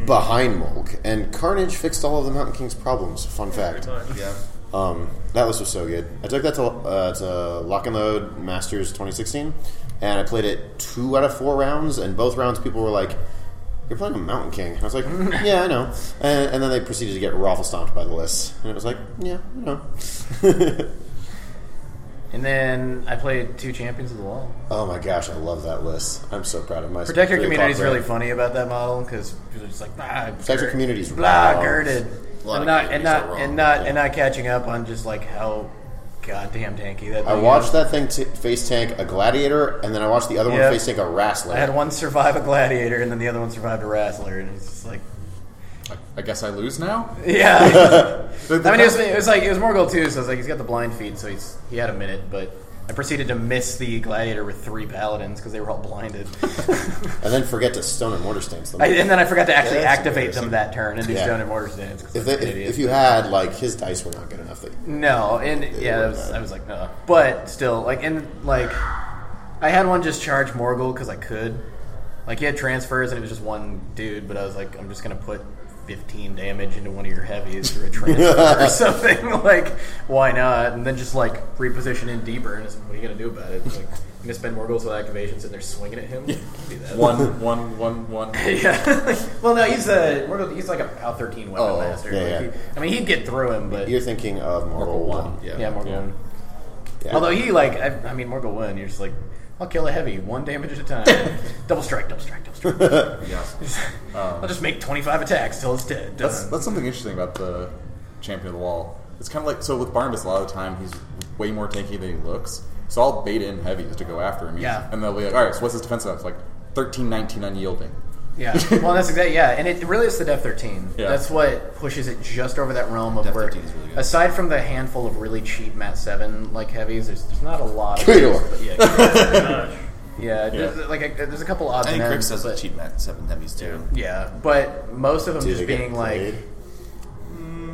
Speaker 2: Behind Molg and Carnage fixed all of the Mountain King's problems. Fun fact.
Speaker 5: yeah.
Speaker 2: Um, that list was so good. I took that to, uh, to Lock and Load Masters 2016, and I played it two out of four rounds, and both rounds people were like, "You're playing a Mountain King," and I was like, "Mm, "Yeah, I know." And, and then they proceeded to get raffle stomped by the list, and it was like, "Yeah, I know."
Speaker 1: And then I played two champions of the wall.
Speaker 2: oh my gosh, I love that list. I'm so proud of myself.
Speaker 1: Protect your community is
Speaker 2: popular.
Speaker 1: really funny about that model because people are just like, ah,
Speaker 2: Protect your community is
Speaker 1: blah
Speaker 2: wrong.
Speaker 1: girded
Speaker 5: lot
Speaker 1: and
Speaker 5: of
Speaker 1: not and
Speaker 5: communities
Speaker 1: not
Speaker 5: are wrong
Speaker 1: and
Speaker 5: with
Speaker 1: not
Speaker 5: that.
Speaker 1: and not catching up on just like how goddamn tanky that
Speaker 2: I
Speaker 1: thing
Speaker 2: watched
Speaker 1: is.
Speaker 2: that thing t- face tank a gladiator, and then I watched the other
Speaker 1: Yeah.
Speaker 2: one face tank a wrestler.
Speaker 1: I had one survive a gladiator and then the other one survived a wrestler and it's just like
Speaker 3: I, I guess I lose now.
Speaker 1: yeah
Speaker 3: The- the
Speaker 1: I mean it was,
Speaker 3: fact-
Speaker 1: it was like it was more goal too so I was like he's got the blind feet so he's he had a minute but I proceeded to miss the gladiator with three paladins because they were all blinded
Speaker 2: and then forget to stone and mortar stance them.
Speaker 1: I, and then I forgot to actually
Speaker 2: that's
Speaker 1: activate them that turn and do
Speaker 2: Yeah.
Speaker 1: stone and mortar stance 'cause
Speaker 2: If,
Speaker 1: I'm
Speaker 2: they,
Speaker 1: an
Speaker 2: if,
Speaker 1: idiot.
Speaker 2: if you had like his dice were not good enough, that
Speaker 1: No, and yeah, that
Speaker 2: weren't
Speaker 1: was,
Speaker 2: bad.
Speaker 1: I was like, no. But still, like, and like, I had one just charge Morgul because I could. Like, he had transfers and it was just one dude, but I was like, I'm just gonna put 15 damage into one of your heavies through a transfer or something. Like, why not? And then just like reposition in deeper, and it's like, what are you gonna do about it? It's like, I'm gonna spend Morgul's with activation sitting there swinging at him. Do that.
Speaker 3: one one one one.
Speaker 1: yeah. well, no, he's a Morgul. He's like a PAL 13 weapon
Speaker 3: Oh,
Speaker 1: master.
Speaker 2: yeah,
Speaker 1: Like,
Speaker 2: yeah.
Speaker 1: he- I mean, he'd get through him, but
Speaker 2: you're thinking of Mortal One.
Speaker 5: Yeah.
Speaker 1: yeah, Morgul.
Speaker 3: Yeah.
Speaker 2: Yeah.
Speaker 1: Although he like, I, I mean, Morgul won. You're just like, I'll kill a heavy, one damage at a time, double strike, double strike, double strike.
Speaker 3: Yes.
Speaker 5: Um,
Speaker 1: I'll just make 25 attacks till it's dead.
Speaker 3: That's
Speaker 1: Done.
Speaker 3: that's something interesting about the champion of the wall. It's kind of like so with Barnabas. A lot of the time, he's way more tanky than he looks. So I'll bait in heavies to go after him.
Speaker 1: Yeah.
Speaker 3: and they'll be like, "All right, so what's his defense?" It's like 13, 19 unyielding.
Speaker 1: Yeah. Well, that's exactly yeah, and it really is the Death 13.
Speaker 3: Yeah.
Speaker 1: That's what pushes it just over that realm of
Speaker 5: Def
Speaker 1: where,
Speaker 5: 13 is really good.
Speaker 1: aside from the handful of really cheap Mat 7 like heavies, there's, there's not a lot. Of
Speaker 2: Traitor.
Speaker 1: yeah, yeah,
Speaker 4: Gosh.
Speaker 1: There's, like a, there's a couple odds.
Speaker 5: I think
Speaker 1: and
Speaker 5: Crick
Speaker 1: ends,
Speaker 5: says
Speaker 1: but-
Speaker 5: a cheap mat seven heavies too.
Speaker 1: Yeah, but most of them
Speaker 2: Do
Speaker 1: just
Speaker 2: they get
Speaker 1: being like,
Speaker 2: played?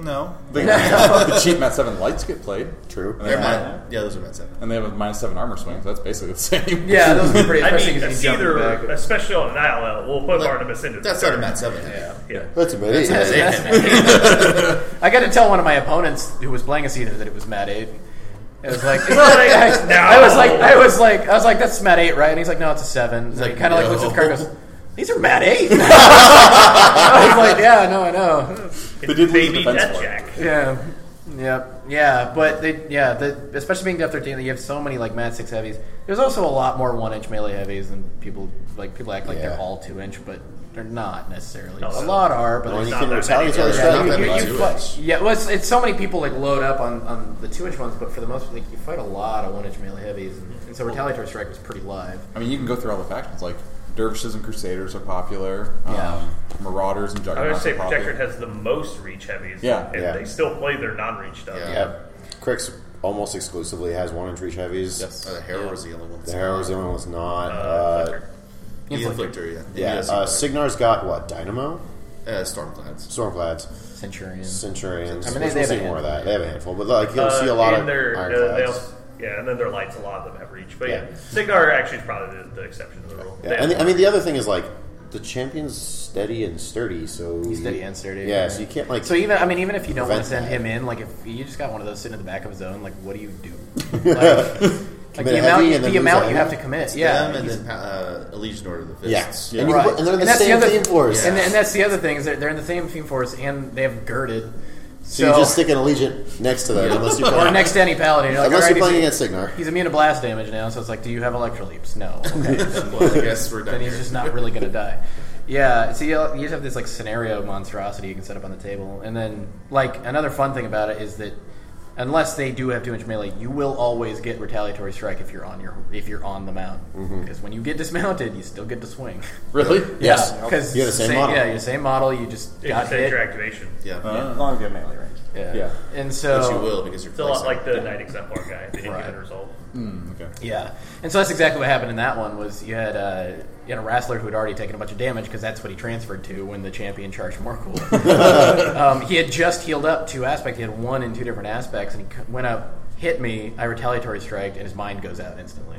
Speaker 5: No.
Speaker 3: They, the cheap Mat 7 lights get played.
Speaker 2: True.
Speaker 3: And they,
Speaker 5: They're
Speaker 3: have
Speaker 5: mine. Yeah, those are mine seven.
Speaker 3: min- and they have a minus 7 armor swing, so that's basically the same.
Speaker 1: Yeah, those would be pretty
Speaker 4: I
Speaker 1: impressive.
Speaker 4: mean,
Speaker 1: 'cause
Speaker 4: it's
Speaker 1: you can jump in
Speaker 4: either
Speaker 1: the
Speaker 4: a
Speaker 1: back.
Speaker 4: special and an ILL. We'll put Barnabas into the
Speaker 5: That's not a Mat seven. Yeah.
Speaker 4: Yeah.
Speaker 2: That's about it.
Speaker 5: That's
Speaker 2: man.
Speaker 5: it. man.
Speaker 1: I got to tell one of my opponents who was playing us either that it was Matt Eight. It was like,
Speaker 4: like, no.
Speaker 1: I was like, I was like, I was like, that's Matt Eight, right? And he's like, no, it's a seven. He's like,
Speaker 5: like,
Speaker 1: kind of like looks at the card, and
Speaker 5: no.
Speaker 1: goes, these are Matt Eight. I was like, yeah, no, I know,
Speaker 3: They did lose the
Speaker 4: Baby
Speaker 3: defense
Speaker 4: Death
Speaker 3: one.
Speaker 4: Jack.
Speaker 1: yeah, yeah, yeah. But they, yeah, the, especially being Def Thirteen, you have so many like Matt Six heavies. There's also a lot more one inch melee heavies than people like. People act like they're
Speaker 2: Yeah.
Speaker 1: all two inch, but they're not necessarily.
Speaker 4: No,
Speaker 1: a
Speaker 4: no.
Speaker 1: lot are, but
Speaker 2: Well,
Speaker 1: there's
Speaker 2: you
Speaker 4: not
Speaker 2: can
Speaker 4: that
Speaker 2: retaliate
Speaker 4: many.
Speaker 2: with
Speaker 4: Yeah,
Speaker 2: strike
Speaker 1: you-
Speaker 2: that
Speaker 1: you-
Speaker 2: many
Speaker 1: you
Speaker 2: too.
Speaker 1: fight- yeah, well, it's, it's so many people like load up on, on the two inch ones, but for the most, like you fight a lot of one inch melee heavies, and, and so retaliatory strike was pretty live.
Speaker 3: I mean, you can go through all the factions. Like, Dervishes and Crusaders are popular.
Speaker 1: Yeah.
Speaker 3: Um, Marauders and
Speaker 4: I would
Speaker 3: Juggernauts
Speaker 4: say
Speaker 3: are popular.
Speaker 4: Projector has the most reach heavies.
Speaker 3: Yeah,
Speaker 4: and
Speaker 2: yeah.
Speaker 4: they still play their non-reach stuff.
Speaker 5: Yeah.
Speaker 2: Yeah. Crix almost exclusively has one inch reach heavies.
Speaker 3: Yes.
Speaker 5: Oh, the Harrow was the only one.
Speaker 2: The Harrow's the only one that's not.
Speaker 4: Uh,
Speaker 2: Uh,
Speaker 4: Flicker.
Speaker 5: The Inflictor, yeah.
Speaker 2: yeah.
Speaker 5: Yes,
Speaker 2: Uh, Signar's got what? Dynamo?
Speaker 5: uh, Stormclads.
Speaker 2: Stormclads.
Speaker 1: Centurion.
Speaker 2: Centurions.
Speaker 1: I
Speaker 2: I
Speaker 1: mean, they-
Speaker 2: mean, we'll
Speaker 1: they have
Speaker 2: see
Speaker 1: a
Speaker 2: more
Speaker 1: handful,
Speaker 2: of
Speaker 1: Uh,
Speaker 2: that. They have a handful, but like you'll see a lot
Speaker 4: and
Speaker 2: of
Speaker 4: their- uh, they
Speaker 2: ironclads.
Speaker 4: also- yeah, and then their lights a lot of them have reach, but yeah,
Speaker 2: Yeah.
Speaker 4: Signar actually is probably the, the exception to the rule.
Speaker 2: Yeah,
Speaker 4: They-
Speaker 2: and the, I mean, the other thing is like the champion's steady and sturdy, so
Speaker 1: He's steady and sturdy,
Speaker 2: Yeah,
Speaker 1: yeah.
Speaker 2: so you can't like.
Speaker 1: So even I mean, even if you don't want to
Speaker 2: Prevent
Speaker 1: send
Speaker 2: that.
Speaker 1: him in, like if you just got one of those sitting in the back of his own, like what do you do? Like, like
Speaker 2: Commit
Speaker 1: the
Speaker 2: a
Speaker 1: amount,
Speaker 2: heavy
Speaker 1: you,
Speaker 2: and then
Speaker 1: the
Speaker 2: lose a
Speaker 1: amount you
Speaker 2: heavy?
Speaker 1: have to commit.
Speaker 5: Yeah,
Speaker 1: Yeah,
Speaker 5: and
Speaker 1: he's-
Speaker 5: then uh, Allegiant Order of the
Speaker 2: yeah,
Speaker 5: Fists.
Speaker 2: and, you
Speaker 1: Right.
Speaker 2: can put- and they're in the
Speaker 1: that's
Speaker 2: same
Speaker 1: other,
Speaker 2: theme force.
Speaker 1: And, and that's the other thing is they're, they're in the same theme force, and they have girded.
Speaker 2: So, you just stick an Allegiant next to them, unless you're
Speaker 1: or
Speaker 2: playing,
Speaker 1: next to any paladin. You're like,
Speaker 2: unless
Speaker 1: "All right,
Speaker 2: you're playing
Speaker 1: he's-
Speaker 2: against Signar.
Speaker 1: He's immune to blast damage now, so it's like, do you have electro leaps? No. Okay.
Speaker 5: Well, I guess we're done
Speaker 1: then he's
Speaker 5: here.
Speaker 1: just not really going to die. Yeah, so you, you just have this like scenario monstrosity you can set up on the table, and then like another fun thing about it is that unless they do have two inch melee, you will always get retaliatory strike if you're on your if you're on the mount
Speaker 5: Mm-hmm.
Speaker 1: because when you get dismounted, you still get to swing.
Speaker 3: Really?
Speaker 2: Yes.
Speaker 1: because
Speaker 2: You have the same model.
Speaker 1: Yeah, your same model. You just
Speaker 4: They
Speaker 1: got
Speaker 4: just
Speaker 1: hit.
Speaker 4: hit your activation.
Speaker 5: Yeah.
Speaker 6: As long as you have melee range.
Speaker 1: Yeah.
Speaker 3: Yeah.
Speaker 1: and
Speaker 5: But
Speaker 1: so
Speaker 5: you will because you're
Speaker 4: It's a lot
Speaker 5: playing
Speaker 4: like the Knight Exemplar guy, the
Speaker 1: Right.
Speaker 4: right. result.
Speaker 3: Okay.
Speaker 1: Yeah, and so that's exactly what happened in that one. Was you had uh, you had a wrestler who had already taken a bunch of damage because that's what he transferred to when the champion charged Morkul. um, he had just healed up two aspects. He had one in two different aspects, and he c- went up, hit me. I retaliatory striked, and his mind goes out instantly.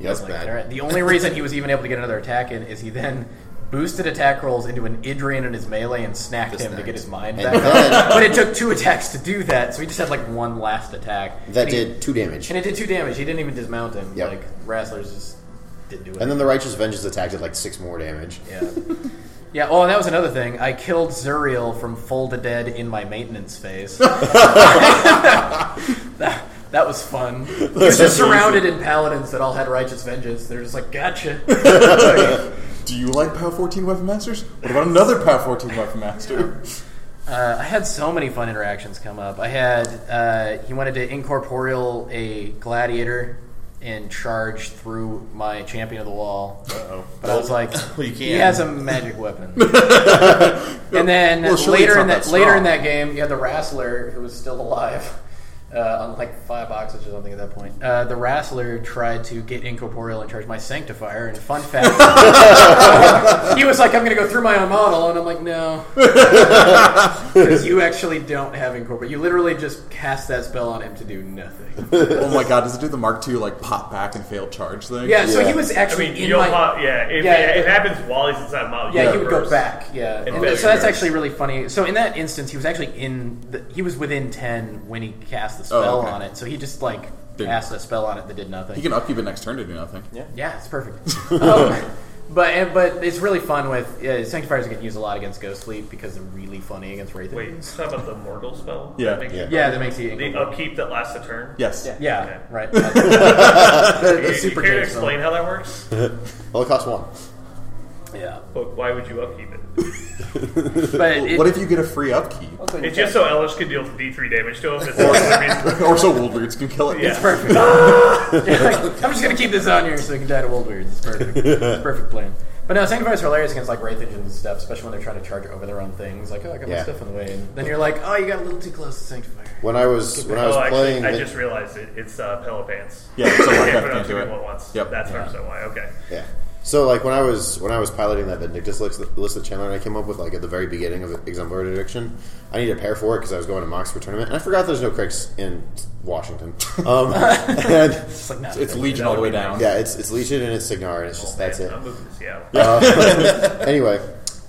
Speaker 5: Yeah, that's
Speaker 1: Like,
Speaker 5: bad.
Speaker 1: all right. The only reason he was even able to get another attack in is he then. Boosted attack rolls into an Idrian in his melee and snacked
Speaker 5: Just
Speaker 1: him to
Speaker 5: snacked.
Speaker 1: get his mind
Speaker 2: And
Speaker 1: back.
Speaker 2: then-
Speaker 1: up. but it took two attacks to do that, so he just had like one last attack.
Speaker 2: That
Speaker 1: And he-
Speaker 2: did two damage.
Speaker 1: and it did two damage. He didn't even dismount him.
Speaker 2: Yep.
Speaker 1: Like wrestlers just didn't do it.
Speaker 2: And then the Righteous Vengeance attack did like six more damage.
Speaker 1: yeah. Yeah, oh, and that was another thing. I killed Zuriel from full to dead in my maintenance phase. that, that was fun. He was just surrounded in paladins that all had righteous vengeance. They're just like, gotcha.
Speaker 3: Do you like Power 14 Weapon Masters? What about another Power 14 Weapon Master?
Speaker 1: Uh, I had so many fun interactions come up. I had uh, he wanted to incorporeal a gladiator and charge through my champion of the wall. But I was like,
Speaker 5: Well, you
Speaker 1: he
Speaker 5: can.
Speaker 1: has a magic weapon. and then
Speaker 3: Well, surely it's
Speaker 1: later
Speaker 3: not
Speaker 1: in that,
Speaker 3: that
Speaker 1: later in
Speaker 3: strong.
Speaker 1: that game, you had the wrestler who was still alive. Uh, on like five boxes or something at that point. Uh, the wrestler tried to get incorporeal and charge my sanctifier. And fun fact, he was like, "I'm going to go through my own model," and I'm like, "No, because you actually don't have incorporate. You literally just cast that spell on him to do nothing.
Speaker 3: oh my god, does it do the Mark II, like, pop back and fail charge thing?
Speaker 1: Yeah, so
Speaker 2: Yeah.
Speaker 1: he was
Speaker 4: I
Speaker 1: actually
Speaker 4: mean,
Speaker 1: in
Speaker 4: you'll
Speaker 1: my.
Speaker 4: pop, yeah, if,
Speaker 1: Yeah,
Speaker 4: yeah,
Speaker 1: yeah.
Speaker 4: It happens while he's inside Molly.
Speaker 1: yeah, he would go back. Yeah, and
Speaker 4: failure
Speaker 1: so that's
Speaker 4: first.
Speaker 1: actually really funny. So in that instance, he was actually in. The, he was within ten when he cast the
Speaker 3: Oh,
Speaker 1: spell
Speaker 3: okay.
Speaker 1: on it. So he just like
Speaker 3: Didn't-
Speaker 1: cast a spell on it that did nothing.
Speaker 3: He can upkeep it next turn to do nothing. Yeah.
Speaker 1: Yeah, it's perfect. um, but and, but it's really fun with yeah, sanctifiers get used a lot against Ghost Fleet because they're really funny against Wraith.
Speaker 4: Wait, you talking about the Mortal spell?
Speaker 3: Yeah.
Speaker 4: That makes-
Speaker 2: Yeah.
Speaker 1: Yeah, that makes you
Speaker 4: The
Speaker 1: incorporeal.
Speaker 4: upkeep that lasts a turn.
Speaker 3: Yes.
Speaker 1: Yeah,
Speaker 4: Okay.
Speaker 1: right. the,
Speaker 4: You,
Speaker 1: the
Speaker 4: you
Speaker 1: super
Speaker 4: care to
Speaker 1: jinx, though.
Speaker 4: explain how that works?
Speaker 2: Well, it costs one.
Speaker 1: Yeah,
Speaker 4: But why would you upkeep it?
Speaker 1: but it,
Speaker 3: What if you get a free upkeep?
Speaker 4: It's just so Elish could deal D3 damage to him. That's the only reason.
Speaker 3: or so Wold Roots can kill it.
Speaker 4: Yeah.
Speaker 1: Perfect. I'm just gonna keep this on here so we can die to old weirds. It's perfect. It's a perfect plan. But no, sanctifiers are hilarious against like wraith engines and stuff, especially when they're trying to charge over their own things. Like, oh, I got my
Speaker 2: Yeah.
Speaker 1: stuff in the way, and then you're like, oh, you got a little too close to sanctifier.
Speaker 2: When I was when I was
Speaker 4: oh, actually,
Speaker 2: playing,
Speaker 4: I
Speaker 2: Vin-
Speaker 4: just realized it. It's uh, Pelopants.
Speaker 3: Yeah, so
Speaker 4: I
Speaker 3: like
Speaker 4: can't
Speaker 3: that
Speaker 4: put
Speaker 3: can
Speaker 4: up
Speaker 3: do
Speaker 4: two
Speaker 3: it.
Speaker 4: people at once.
Speaker 3: Yep.
Speaker 4: That's yeah. why. Okay.
Speaker 2: yeah. So like when I was when I was piloting that Vindictus list, list that Chandler and I came up with like at the very beginning of exemplary addiction, I needed a pair for it because I was going to Moxford tournament and I forgot there's no cricks in Washington. Um, and it's,
Speaker 3: It's Legion all the way down.
Speaker 2: yeah, it's it's Legion and it's Signar and it's just that's it.
Speaker 4: I'm moving to Seattle.
Speaker 2: Anyway,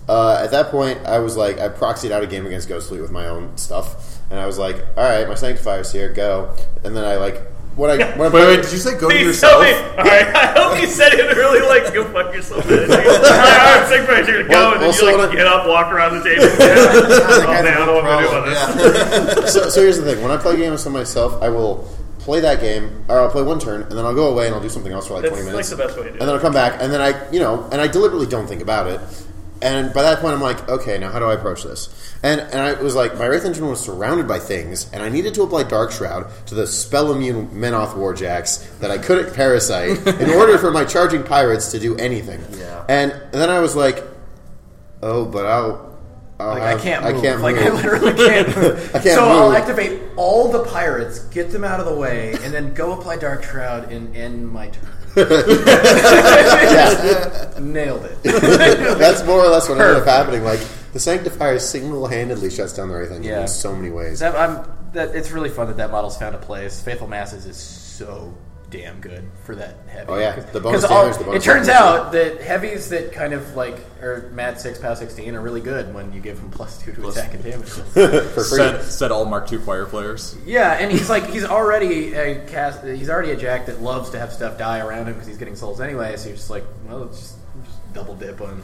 Speaker 2: uh, at that point I was like I proxied out a game against Ghostfleet with my own stuff and I was like, all right, my Sanctifier's here, go. And then I like when I when I
Speaker 3: Wait, wait, did you say go to
Speaker 4: Please
Speaker 3: yourself?
Speaker 4: tell me. All right, I hope you said it really like go fuck yourself. all right, all right, I'm sick, right? You're gonna
Speaker 2: Well,
Speaker 4: go and then
Speaker 2: also
Speaker 4: you
Speaker 2: wanna-
Speaker 4: like get up, walk around the table. oh,
Speaker 5: Kind
Speaker 4: man,
Speaker 5: of
Speaker 4: I don't
Speaker 5: a
Speaker 4: know what to do
Speaker 5: problem,
Speaker 4: about this.
Speaker 5: yeah.
Speaker 2: so, so here's the thing: when I play games to myself, I will play that game, or I'll play one turn, and then I'll go away and I'll do something else for like
Speaker 4: That's,
Speaker 2: twenty
Speaker 4: like,
Speaker 2: minutes,
Speaker 4: the best way to do
Speaker 2: and then I'll come back, and then I, you know, and I deliberately don't think about it. And by that point, I'm like, okay, now how do I approach this? And and I was like, my Wraith Engine was surrounded by things, and I needed to apply Dark Shroud to the spell immune Menoth Warjacks that I couldn't parasite in order for my charging pirates to do anything.
Speaker 5: Yeah.
Speaker 2: And, and then I was like, oh, but I'll. I'll
Speaker 1: Like, I
Speaker 2: have-
Speaker 1: can't
Speaker 2: Uh, I
Speaker 1: move.
Speaker 2: can't
Speaker 1: like, I
Speaker 2: move.
Speaker 1: literally can't move.
Speaker 2: I can't
Speaker 1: so I'll
Speaker 2: move.
Speaker 1: activate all the pirates, get them out of the way, and then go apply Dark Shroud and end my turn. Nailed it.
Speaker 2: That's more or less what ended up happening. Like the sanctifier single-handedly shuts down the Wraith Engine
Speaker 1: Yeah.
Speaker 2: in so many ways.
Speaker 1: that, I'm, that, it's really fun that that model's found a place. Faithful Masses is so damn good for that heavy.
Speaker 2: Oh, yeah. The bonus
Speaker 1: 'Cause all-
Speaker 2: damage, the bonus
Speaker 1: It turns
Speaker 2: damage.
Speaker 1: out that heavies that kind of like are mat 6, pow 16 are really good when you give them plus 2 to attack and damage.
Speaker 2: For free.
Speaker 3: Said, said all Mark II fire players.
Speaker 1: Yeah, and he's like he's already a cast. He's already a jack that loves to have stuff die around him because he's getting souls anyway. So you're just like, well, let's just, just double dip on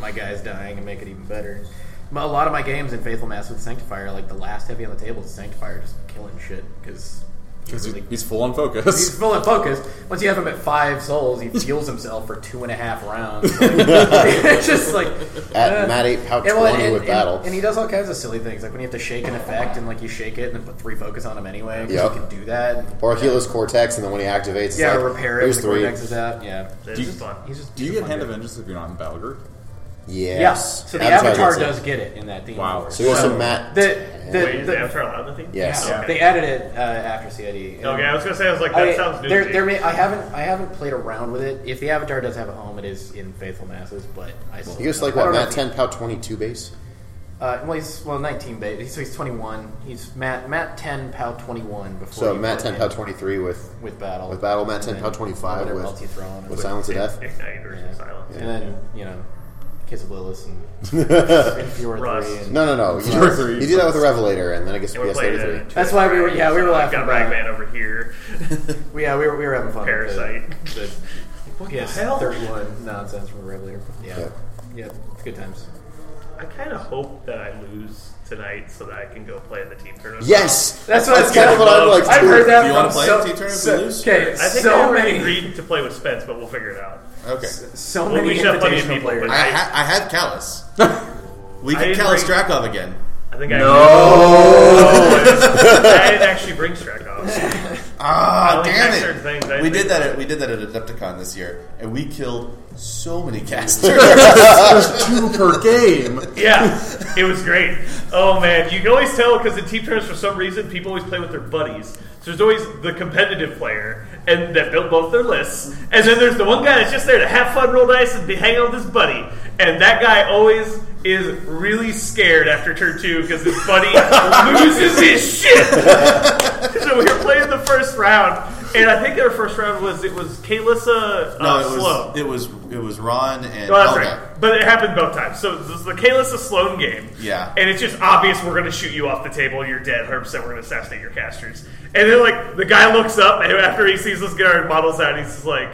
Speaker 1: my guys dying and make it even better. My- A lot of my games in Faithful Mass with Sanctifier, like the last heavy on the table is Sanctifier, just killing shit because
Speaker 3: Because
Speaker 1: really-
Speaker 3: he's full on
Speaker 1: he's
Speaker 3: focus.
Speaker 1: full and focused. Once you have him at five souls, he fuels himself for two and a half rounds. it's just like
Speaker 2: At
Speaker 1: uh,
Speaker 2: Mat 8, Pouch
Speaker 1: and, well,
Speaker 2: 20
Speaker 1: and-
Speaker 2: with
Speaker 1: and-
Speaker 2: Battle.
Speaker 1: And he does all kinds of silly things, like when you have to shake an effect and like you shake it and then put three focus on him anyway. 'cause
Speaker 2: Yep.
Speaker 1: You can do that.
Speaker 2: or heal his cortex, and then when he activates, it's
Speaker 1: yeah,
Speaker 2: like,
Speaker 1: or repair it.
Speaker 2: Here's
Speaker 1: When the
Speaker 2: three.
Speaker 1: Cortex is out. Yeah,
Speaker 4: It's
Speaker 3: Do you-
Speaker 4: just fun.
Speaker 1: he's just.
Speaker 3: Do you
Speaker 1: he's a
Speaker 3: get
Speaker 1: fun
Speaker 3: Hand of
Speaker 1: dude.
Speaker 3: Vengeance if you're not in the battle group?
Speaker 1: Yeah.
Speaker 2: Yes.
Speaker 1: So the Avatar,
Speaker 2: gets it.
Speaker 1: does get it in that theme.
Speaker 3: Wow.
Speaker 1: forward.
Speaker 2: So there's some Mat.
Speaker 1: the the,
Speaker 4: Wait, is
Speaker 1: the-
Speaker 4: the Avatar allowed in the theme?
Speaker 2: Yes.
Speaker 1: yeah,
Speaker 4: Okay.
Speaker 1: they added it uh, after CID. and-
Speaker 4: Okay, I was gonna say I was like that
Speaker 1: I,
Speaker 4: sounds new.
Speaker 1: there,
Speaker 4: to me.
Speaker 1: there may, I haven't I haven't played around with it. If the Avatar does have a home, it is in Faithful Masses, but I still
Speaker 2: he goes
Speaker 1: don't-
Speaker 2: like
Speaker 1: I
Speaker 2: what
Speaker 1: don't know
Speaker 2: Mat
Speaker 1: if he-
Speaker 2: ten, Pouch twenty two base.
Speaker 1: Uh, well, he's well 19, but he's, so he's 21. He's Matt Matt 10, Pow 21 before.
Speaker 2: So
Speaker 1: you
Speaker 2: Mat
Speaker 1: put
Speaker 2: ten,
Speaker 1: him
Speaker 2: Pouch twenty three with
Speaker 1: with battle
Speaker 2: with battle. Mat
Speaker 1: And
Speaker 2: ten,
Speaker 1: then
Speaker 2: Pouch twenty five
Speaker 1: whatever else you
Speaker 2: with
Speaker 1: throw on him.
Speaker 2: with silence of death.
Speaker 4: Ignite or some silence.
Speaker 1: and then you know, Kiss of Lilith and, and Fiora
Speaker 4: Rust.
Speaker 1: three. And,
Speaker 2: No, no, no. You,
Speaker 3: Your three.
Speaker 2: you do that with a Revelator, and then I guess
Speaker 4: And we're
Speaker 2: PS
Speaker 4: playing
Speaker 2: thirty
Speaker 4: it.
Speaker 2: three.
Speaker 4: in two
Speaker 1: That's why we were- yeah, we were
Speaker 4: hours.
Speaker 1: laughing
Speaker 4: Got
Speaker 1: about it.
Speaker 4: Ragman over here.
Speaker 1: we, yeah, we were, we were having fun.
Speaker 4: Parasite.
Speaker 1: With the, the
Speaker 4: What the
Speaker 1: PS
Speaker 4: hell?
Speaker 1: thirty one nonsense from the Revelator. Yeah.
Speaker 2: Yeah.
Speaker 1: yeah, it's good times.
Speaker 4: I kind of hope that I lose tonight so that I can go play in the team tournament.
Speaker 2: Yes.
Speaker 1: That's what
Speaker 2: That's
Speaker 1: it's
Speaker 2: kind of what I'm like.
Speaker 1: I've heard that.
Speaker 5: Do you wanna
Speaker 1: from
Speaker 5: play
Speaker 1: so,
Speaker 5: it, T-turn, if we
Speaker 1: so-
Speaker 5: lose?
Speaker 1: Okay,
Speaker 4: I think I
Speaker 1: so many,
Speaker 4: already agreed to play with Spence, but we'll figure it out.
Speaker 5: Okay.
Speaker 1: so
Speaker 4: Well, we
Speaker 1: many
Speaker 4: should have plenty of
Speaker 1: invitational
Speaker 4: people,
Speaker 1: players.
Speaker 4: but-
Speaker 5: I, ha- I had Callus. We
Speaker 4: I
Speaker 5: get
Speaker 4: didn't
Speaker 5: Callus
Speaker 4: like-
Speaker 5: Drakov again.
Speaker 4: I think I Oh. no. I didn't actually bring Strakov. I
Speaker 5: Ah,
Speaker 4: only
Speaker 5: damn
Speaker 4: had certain things I
Speaker 5: it! We
Speaker 4: didn't
Speaker 5: did
Speaker 4: like.
Speaker 5: that. At, we did that at Adepticon this year, and we killed so many casters.
Speaker 3: There's two per game.
Speaker 4: Yeah, it was great. Oh man, you can always tell because in team tournaments, for some reason, people always play with their buddies. So there's always the competitive player and that built both their lists, and then there's the one guy that's just there to have fun, roll dice, and be hanging out with his buddy. And that guy always is really scared after turn two because his buddy loses his shit so we were playing the first round, and I think our first round was it was Kalissa uh,
Speaker 5: no, it was
Speaker 4: Sloan.
Speaker 5: it was it was Ron and
Speaker 4: Oh, that's
Speaker 5: Helga.
Speaker 4: right. But it happened both times. So this is the Kalissa Sloan game.
Speaker 5: Yeah.
Speaker 4: And it's just obvious we're going to shoot you off the table. You're dead. 100% we're going to assassinate your casters. And then, like, the guy looks up, and after he sees us get our models out, he's just like,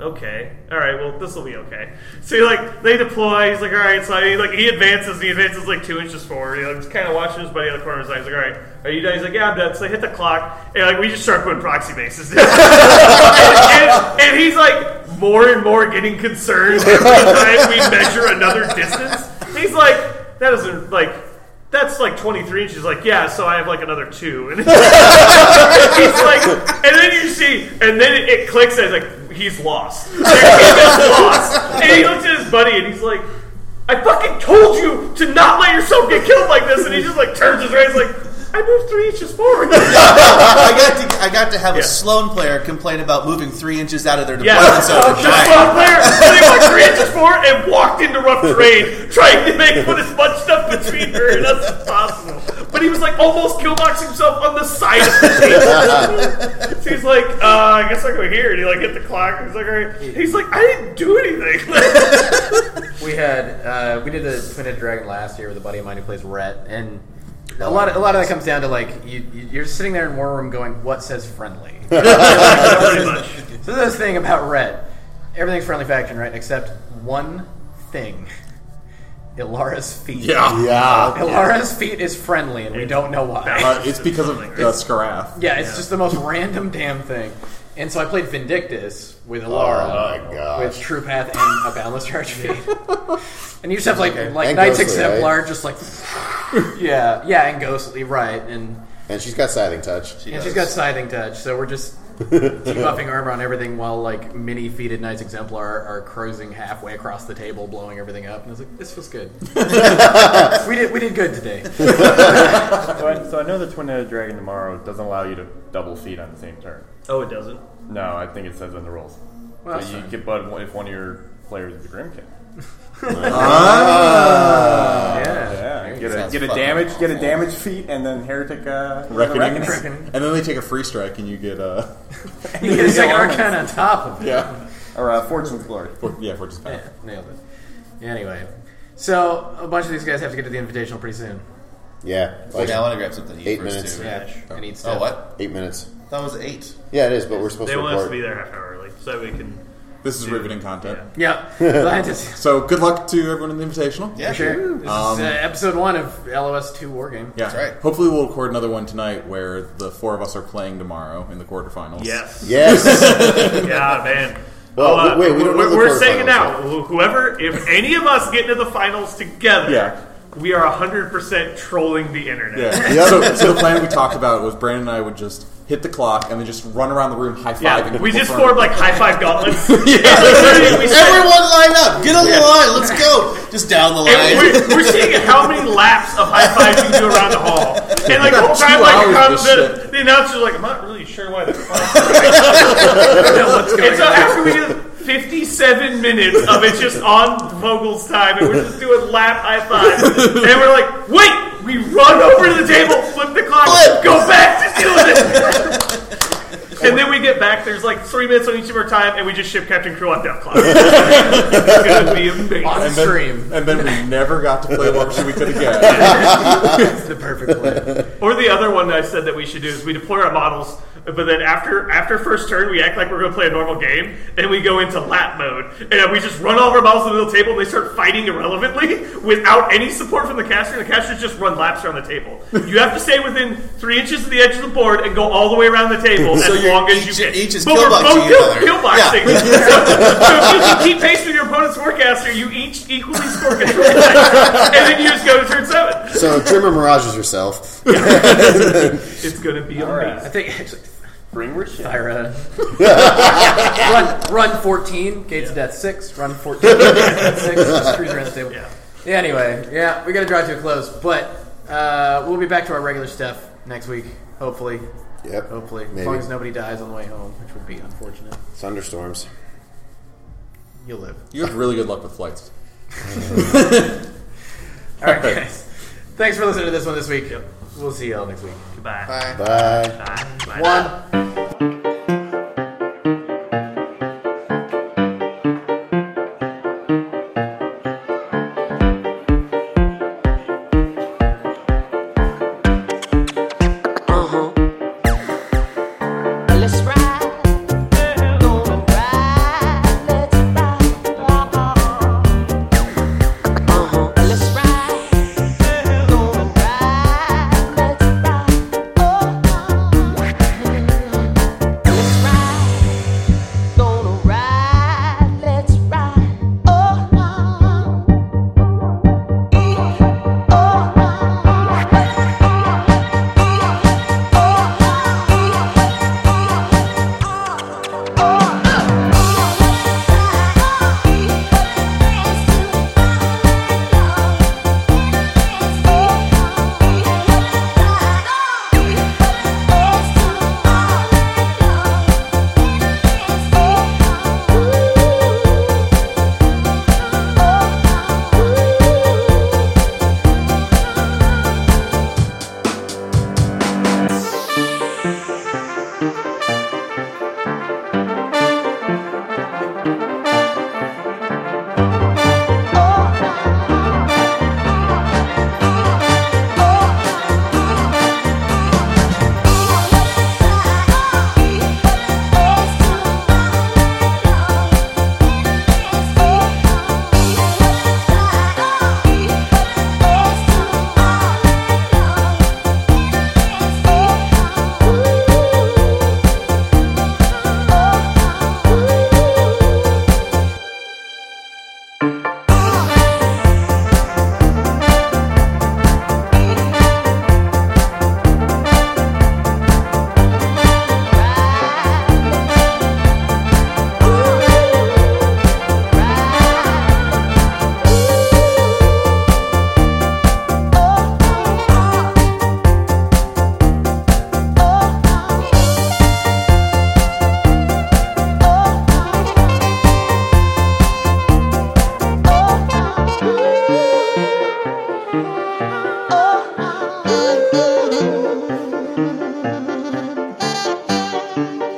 Speaker 4: okay. All right, well, this will be okay. So, he, like, they deploy. He's like, all right. So, he, like, he advances, and he advances, like, two inches forward. He, like, just kind of watching his buddy on the corner of his eye. He's like, all right, are you done? He's like, yeah, I'm done. So, they hit the clock, and, like, we just start putting proxy bases and, and he's like more and more getting concerned every time we measure another distance. He's like, that isn't like that's like 23 inches. Like, yeah, so I have like another two. And he's like, and then you see, and then it, it clicks. And it's like he's lost. Like, he just lost. And he looks at his buddy, and he's like. I fucking told you to not let yourself get killed like this, and he just like turns his right, he's like, I moved three inches forward.
Speaker 5: I got to I got to have
Speaker 4: Yeah.
Speaker 5: a Sloan player complain about moving three inches out of their
Speaker 4: Yeah,
Speaker 5: deployment
Speaker 4: uh,
Speaker 5: zone. to
Speaker 4: just
Speaker 5: die.
Speaker 4: one player sitting like three inches forward and walked into rough terrain, trying to make put as much stuff between her and us as possible. But he was like almost killbox himself on the side of the table. so he's like, uh, I guess I go here, and he like hit the clock. He's like, all right. He's like, I didn't do anything.
Speaker 1: We had uh, we did a Twin Head Dragon last year with a buddy of mine who plays Rhett, and a lot of, a lot of that comes down to like you, you- you're sitting there in War Room going, "What says friendly?"
Speaker 4: Pretty much.
Speaker 1: so this thing about Rhett, everything's friendly faction, right? Except one thing: Ilara's feet.
Speaker 3: Yeah.
Speaker 2: Yeah.
Speaker 1: Ilara's feet is friendly, and we don't know why.
Speaker 3: Uh, it's because of uh, Scarath.
Speaker 1: Yeah, it's just the most random damn thing. And so I played Vindictus with Ilara.
Speaker 2: Oh my gosh.
Speaker 1: With True Path and a Boundless Charge Feed. and you just have like like
Speaker 2: And
Speaker 1: Knights
Speaker 2: Ghostly,
Speaker 1: Exemplar just like Yeah, yeah, and Ghostly, right. And,
Speaker 2: And she's got siding touch.
Speaker 1: and she's got Scything Touch, so we're just debuffing armor on everything while like mini feated Knights Exemplar are cruising halfway across the table, blowing everything up. And I was like, this feels good. we did we did good today.
Speaker 6: So I, so I know the twin-headed dragon tomorrow doesn't allow you to double feed on the same turn.
Speaker 4: Oh, it doesn't.
Speaker 6: No, I think it says in the rules.
Speaker 1: Well, that's
Speaker 6: so you
Speaker 1: fine.
Speaker 6: get but if one of your players is a grimkin.
Speaker 1: yeah.
Speaker 6: Yeah, get a
Speaker 5: Sounds
Speaker 6: get a
Speaker 5: fucking
Speaker 6: damage, get a
Speaker 5: awful.
Speaker 6: damage feat, and then heretic. Uh,
Speaker 3: Reckoning.
Speaker 1: Reckoning.
Speaker 3: And then they take a free strike and you get uh,
Speaker 1: You get a second arcana on top of it.
Speaker 3: yeah.
Speaker 6: or uh, fortune's glory.
Speaker 3: For, yeah, for just power.
Speaker 1: Yeah, nailed it. Anyway, so a bunch of these guys have to get to the invitational pretty soon.
Speaker 2: Yeah.
Speaker 5: Wait,
Speaker 2: Like
Speaker 5: I want to grab something to eat
Speaker 2: Eight
Speaker 5: first,
Speaker 2: minutes.
Speaker 5: too.
Speaker 1: Yeah, I need
Speaker 5: Oh,
Speaker 1: stuff.
Speaker 5: what?
Speaker 2: eight minutes.
Speaker 5: That was eight.
Speaker 2: Yeah, it is, but we're supposed
Speaker 4: They
Speaker 2: to
Speaker 4: want us to
Speaker 2: report.
Speaker 4: be there half an hour early so we can.
Speaker 3: This is riveting content.
Speaker 4: Yeah.
Speaker 1: Yeah, glad to see
Speaker 3: So good luck to everyone in the Invitational.
Speaker 5: Yeah,
Speaker 1: you. Sure. This
Speaker 3: Um,
Speaker 1: is uh, episode one of LOS two war game.
Speaker 3: Yeah.
Speaker 5: That's right.
Speaker 3: Hopefully, we'll record another one tonight where the four of us are playing tomorrow in the quarterfinals.
Speaker 4: Yes.
Speaker 2: Yes.
Speaker 4: Yeah, man.
Speaker 2: Well,
Speaker 4: Oh, uh,
Speaker 2: wait, we don't know
Speaker 4: we're,
Speaker 2: the
Speaker 4: we're saying it
Speaker 2: quarterfinals
Speaker 4: now. Wh- Whoever, if any of us get into the finals together,
Speaker 3: Yeah.
Speaker 4: we are 100% trolling the internet.
Speaker 3: Yeah. So, so the plan we talked about was Brandon and I would just hit the clock and then just run around the room high fiving.
Speaker 4: Yeah, we just formed like high five gauntlets. we
Speaker 5: Everyone line up. Get on the line. Let's go. Just down
Speaker 4: and
Speaker 5: the line.
Speaker 4: we're, we're seeing how many laps of high fives you can do around the hall. And like the whole
Speaker 3: Two
Speaker 4: time, like
Speaker 3: hours
Speaker 4: the,
Speaker 3: of
Speaker 4: com-
Speaker 3: this
Speaker 4: the,
Speaker 3: shit.
Speaker 4: the announcer's like, I'm not really sure why that's And so after we do 57 minutes of it just on Vogel's time, and we're just doing lap high fives, and we're like, wait, we run over to the table, flip the clock,
Speaker 5: Flip.
Speaker 4: go back to doing it. And then we get back. There's like three minutes on each of our time, and we just ship Captain Crew on Death Clock. it's gonna be amazing.
Speaker 1: On
Speaker 3: then-
Speaker 1: stream,
Speaker 3: And then we never got to play Warpshoe Weekend again.
Speaker 1: it's the perfect play.
Speaker 4: Or the other one that I said that we should do is we deploy our models, but then after after first turn we act like we're going to play a normal game, and we go into lap mode, and we just run all of our models to the middle table, and they start fighting irrelevantly without any support from the caster, and the casters just run laps around the table. You have to stay within three inches of the edge of the board and go all the way around the table
Speaker 5: So
Speaker 4: as
Speaker 5: you're
Speaker 4: long as
Speaker 5: each-
Speaker 4: you can.
Speaker 5: each is
Speaker 4: but we're
Speaker 5: killboxing
Speaker 4: both
Speaker 5: each
Speaker 4: kill,
Speaker 5: other.
Speaker 4: killboxing. so, so if you keep pace with your opponent's forecaster, you each equally score control, and then you just go to turn seven.
Speaker 2: so Trimmer mirages herself.
Speaker 4: It's going to be amazing.
Speaker 1: I think actually,
Speaker 6: Bring your shit.
Speaker 1: Thyra. run, run 14. Gates of Death 6. Run 14. Gates of Death 6. Just cruise around the table.
Speaker 4: Yeah.
Speaker 1: Yeah, anyway, yeah, we got to draw to a close, but uh, we'll be back to our regular stuff next week, hopefully.
Speaker 2: Yep.
Speaker 1: Hopefully, as
Speaker 2: Maybe.
Speaker 1: long as nobody dies on the way home, which would be unfortunate.
Speaker 2: Thunderstorms.
Speaker 1: You'll live.
Speaker 3: you have really good luck with flights.
Speaker 1: All right, guys. Thanks for listening to this one this week. We'll see y'all next week.
Speaker 4: Goodbye.
Speaker 2: Bye.
Speaker 4: Bye. Bye.
Speaker 1: One.
Speaker 7: Let's ride, gonna ride, let's ride. Let's ride, gonna ride, let's ride. Oh,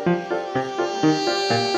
Speaker 7: Thank you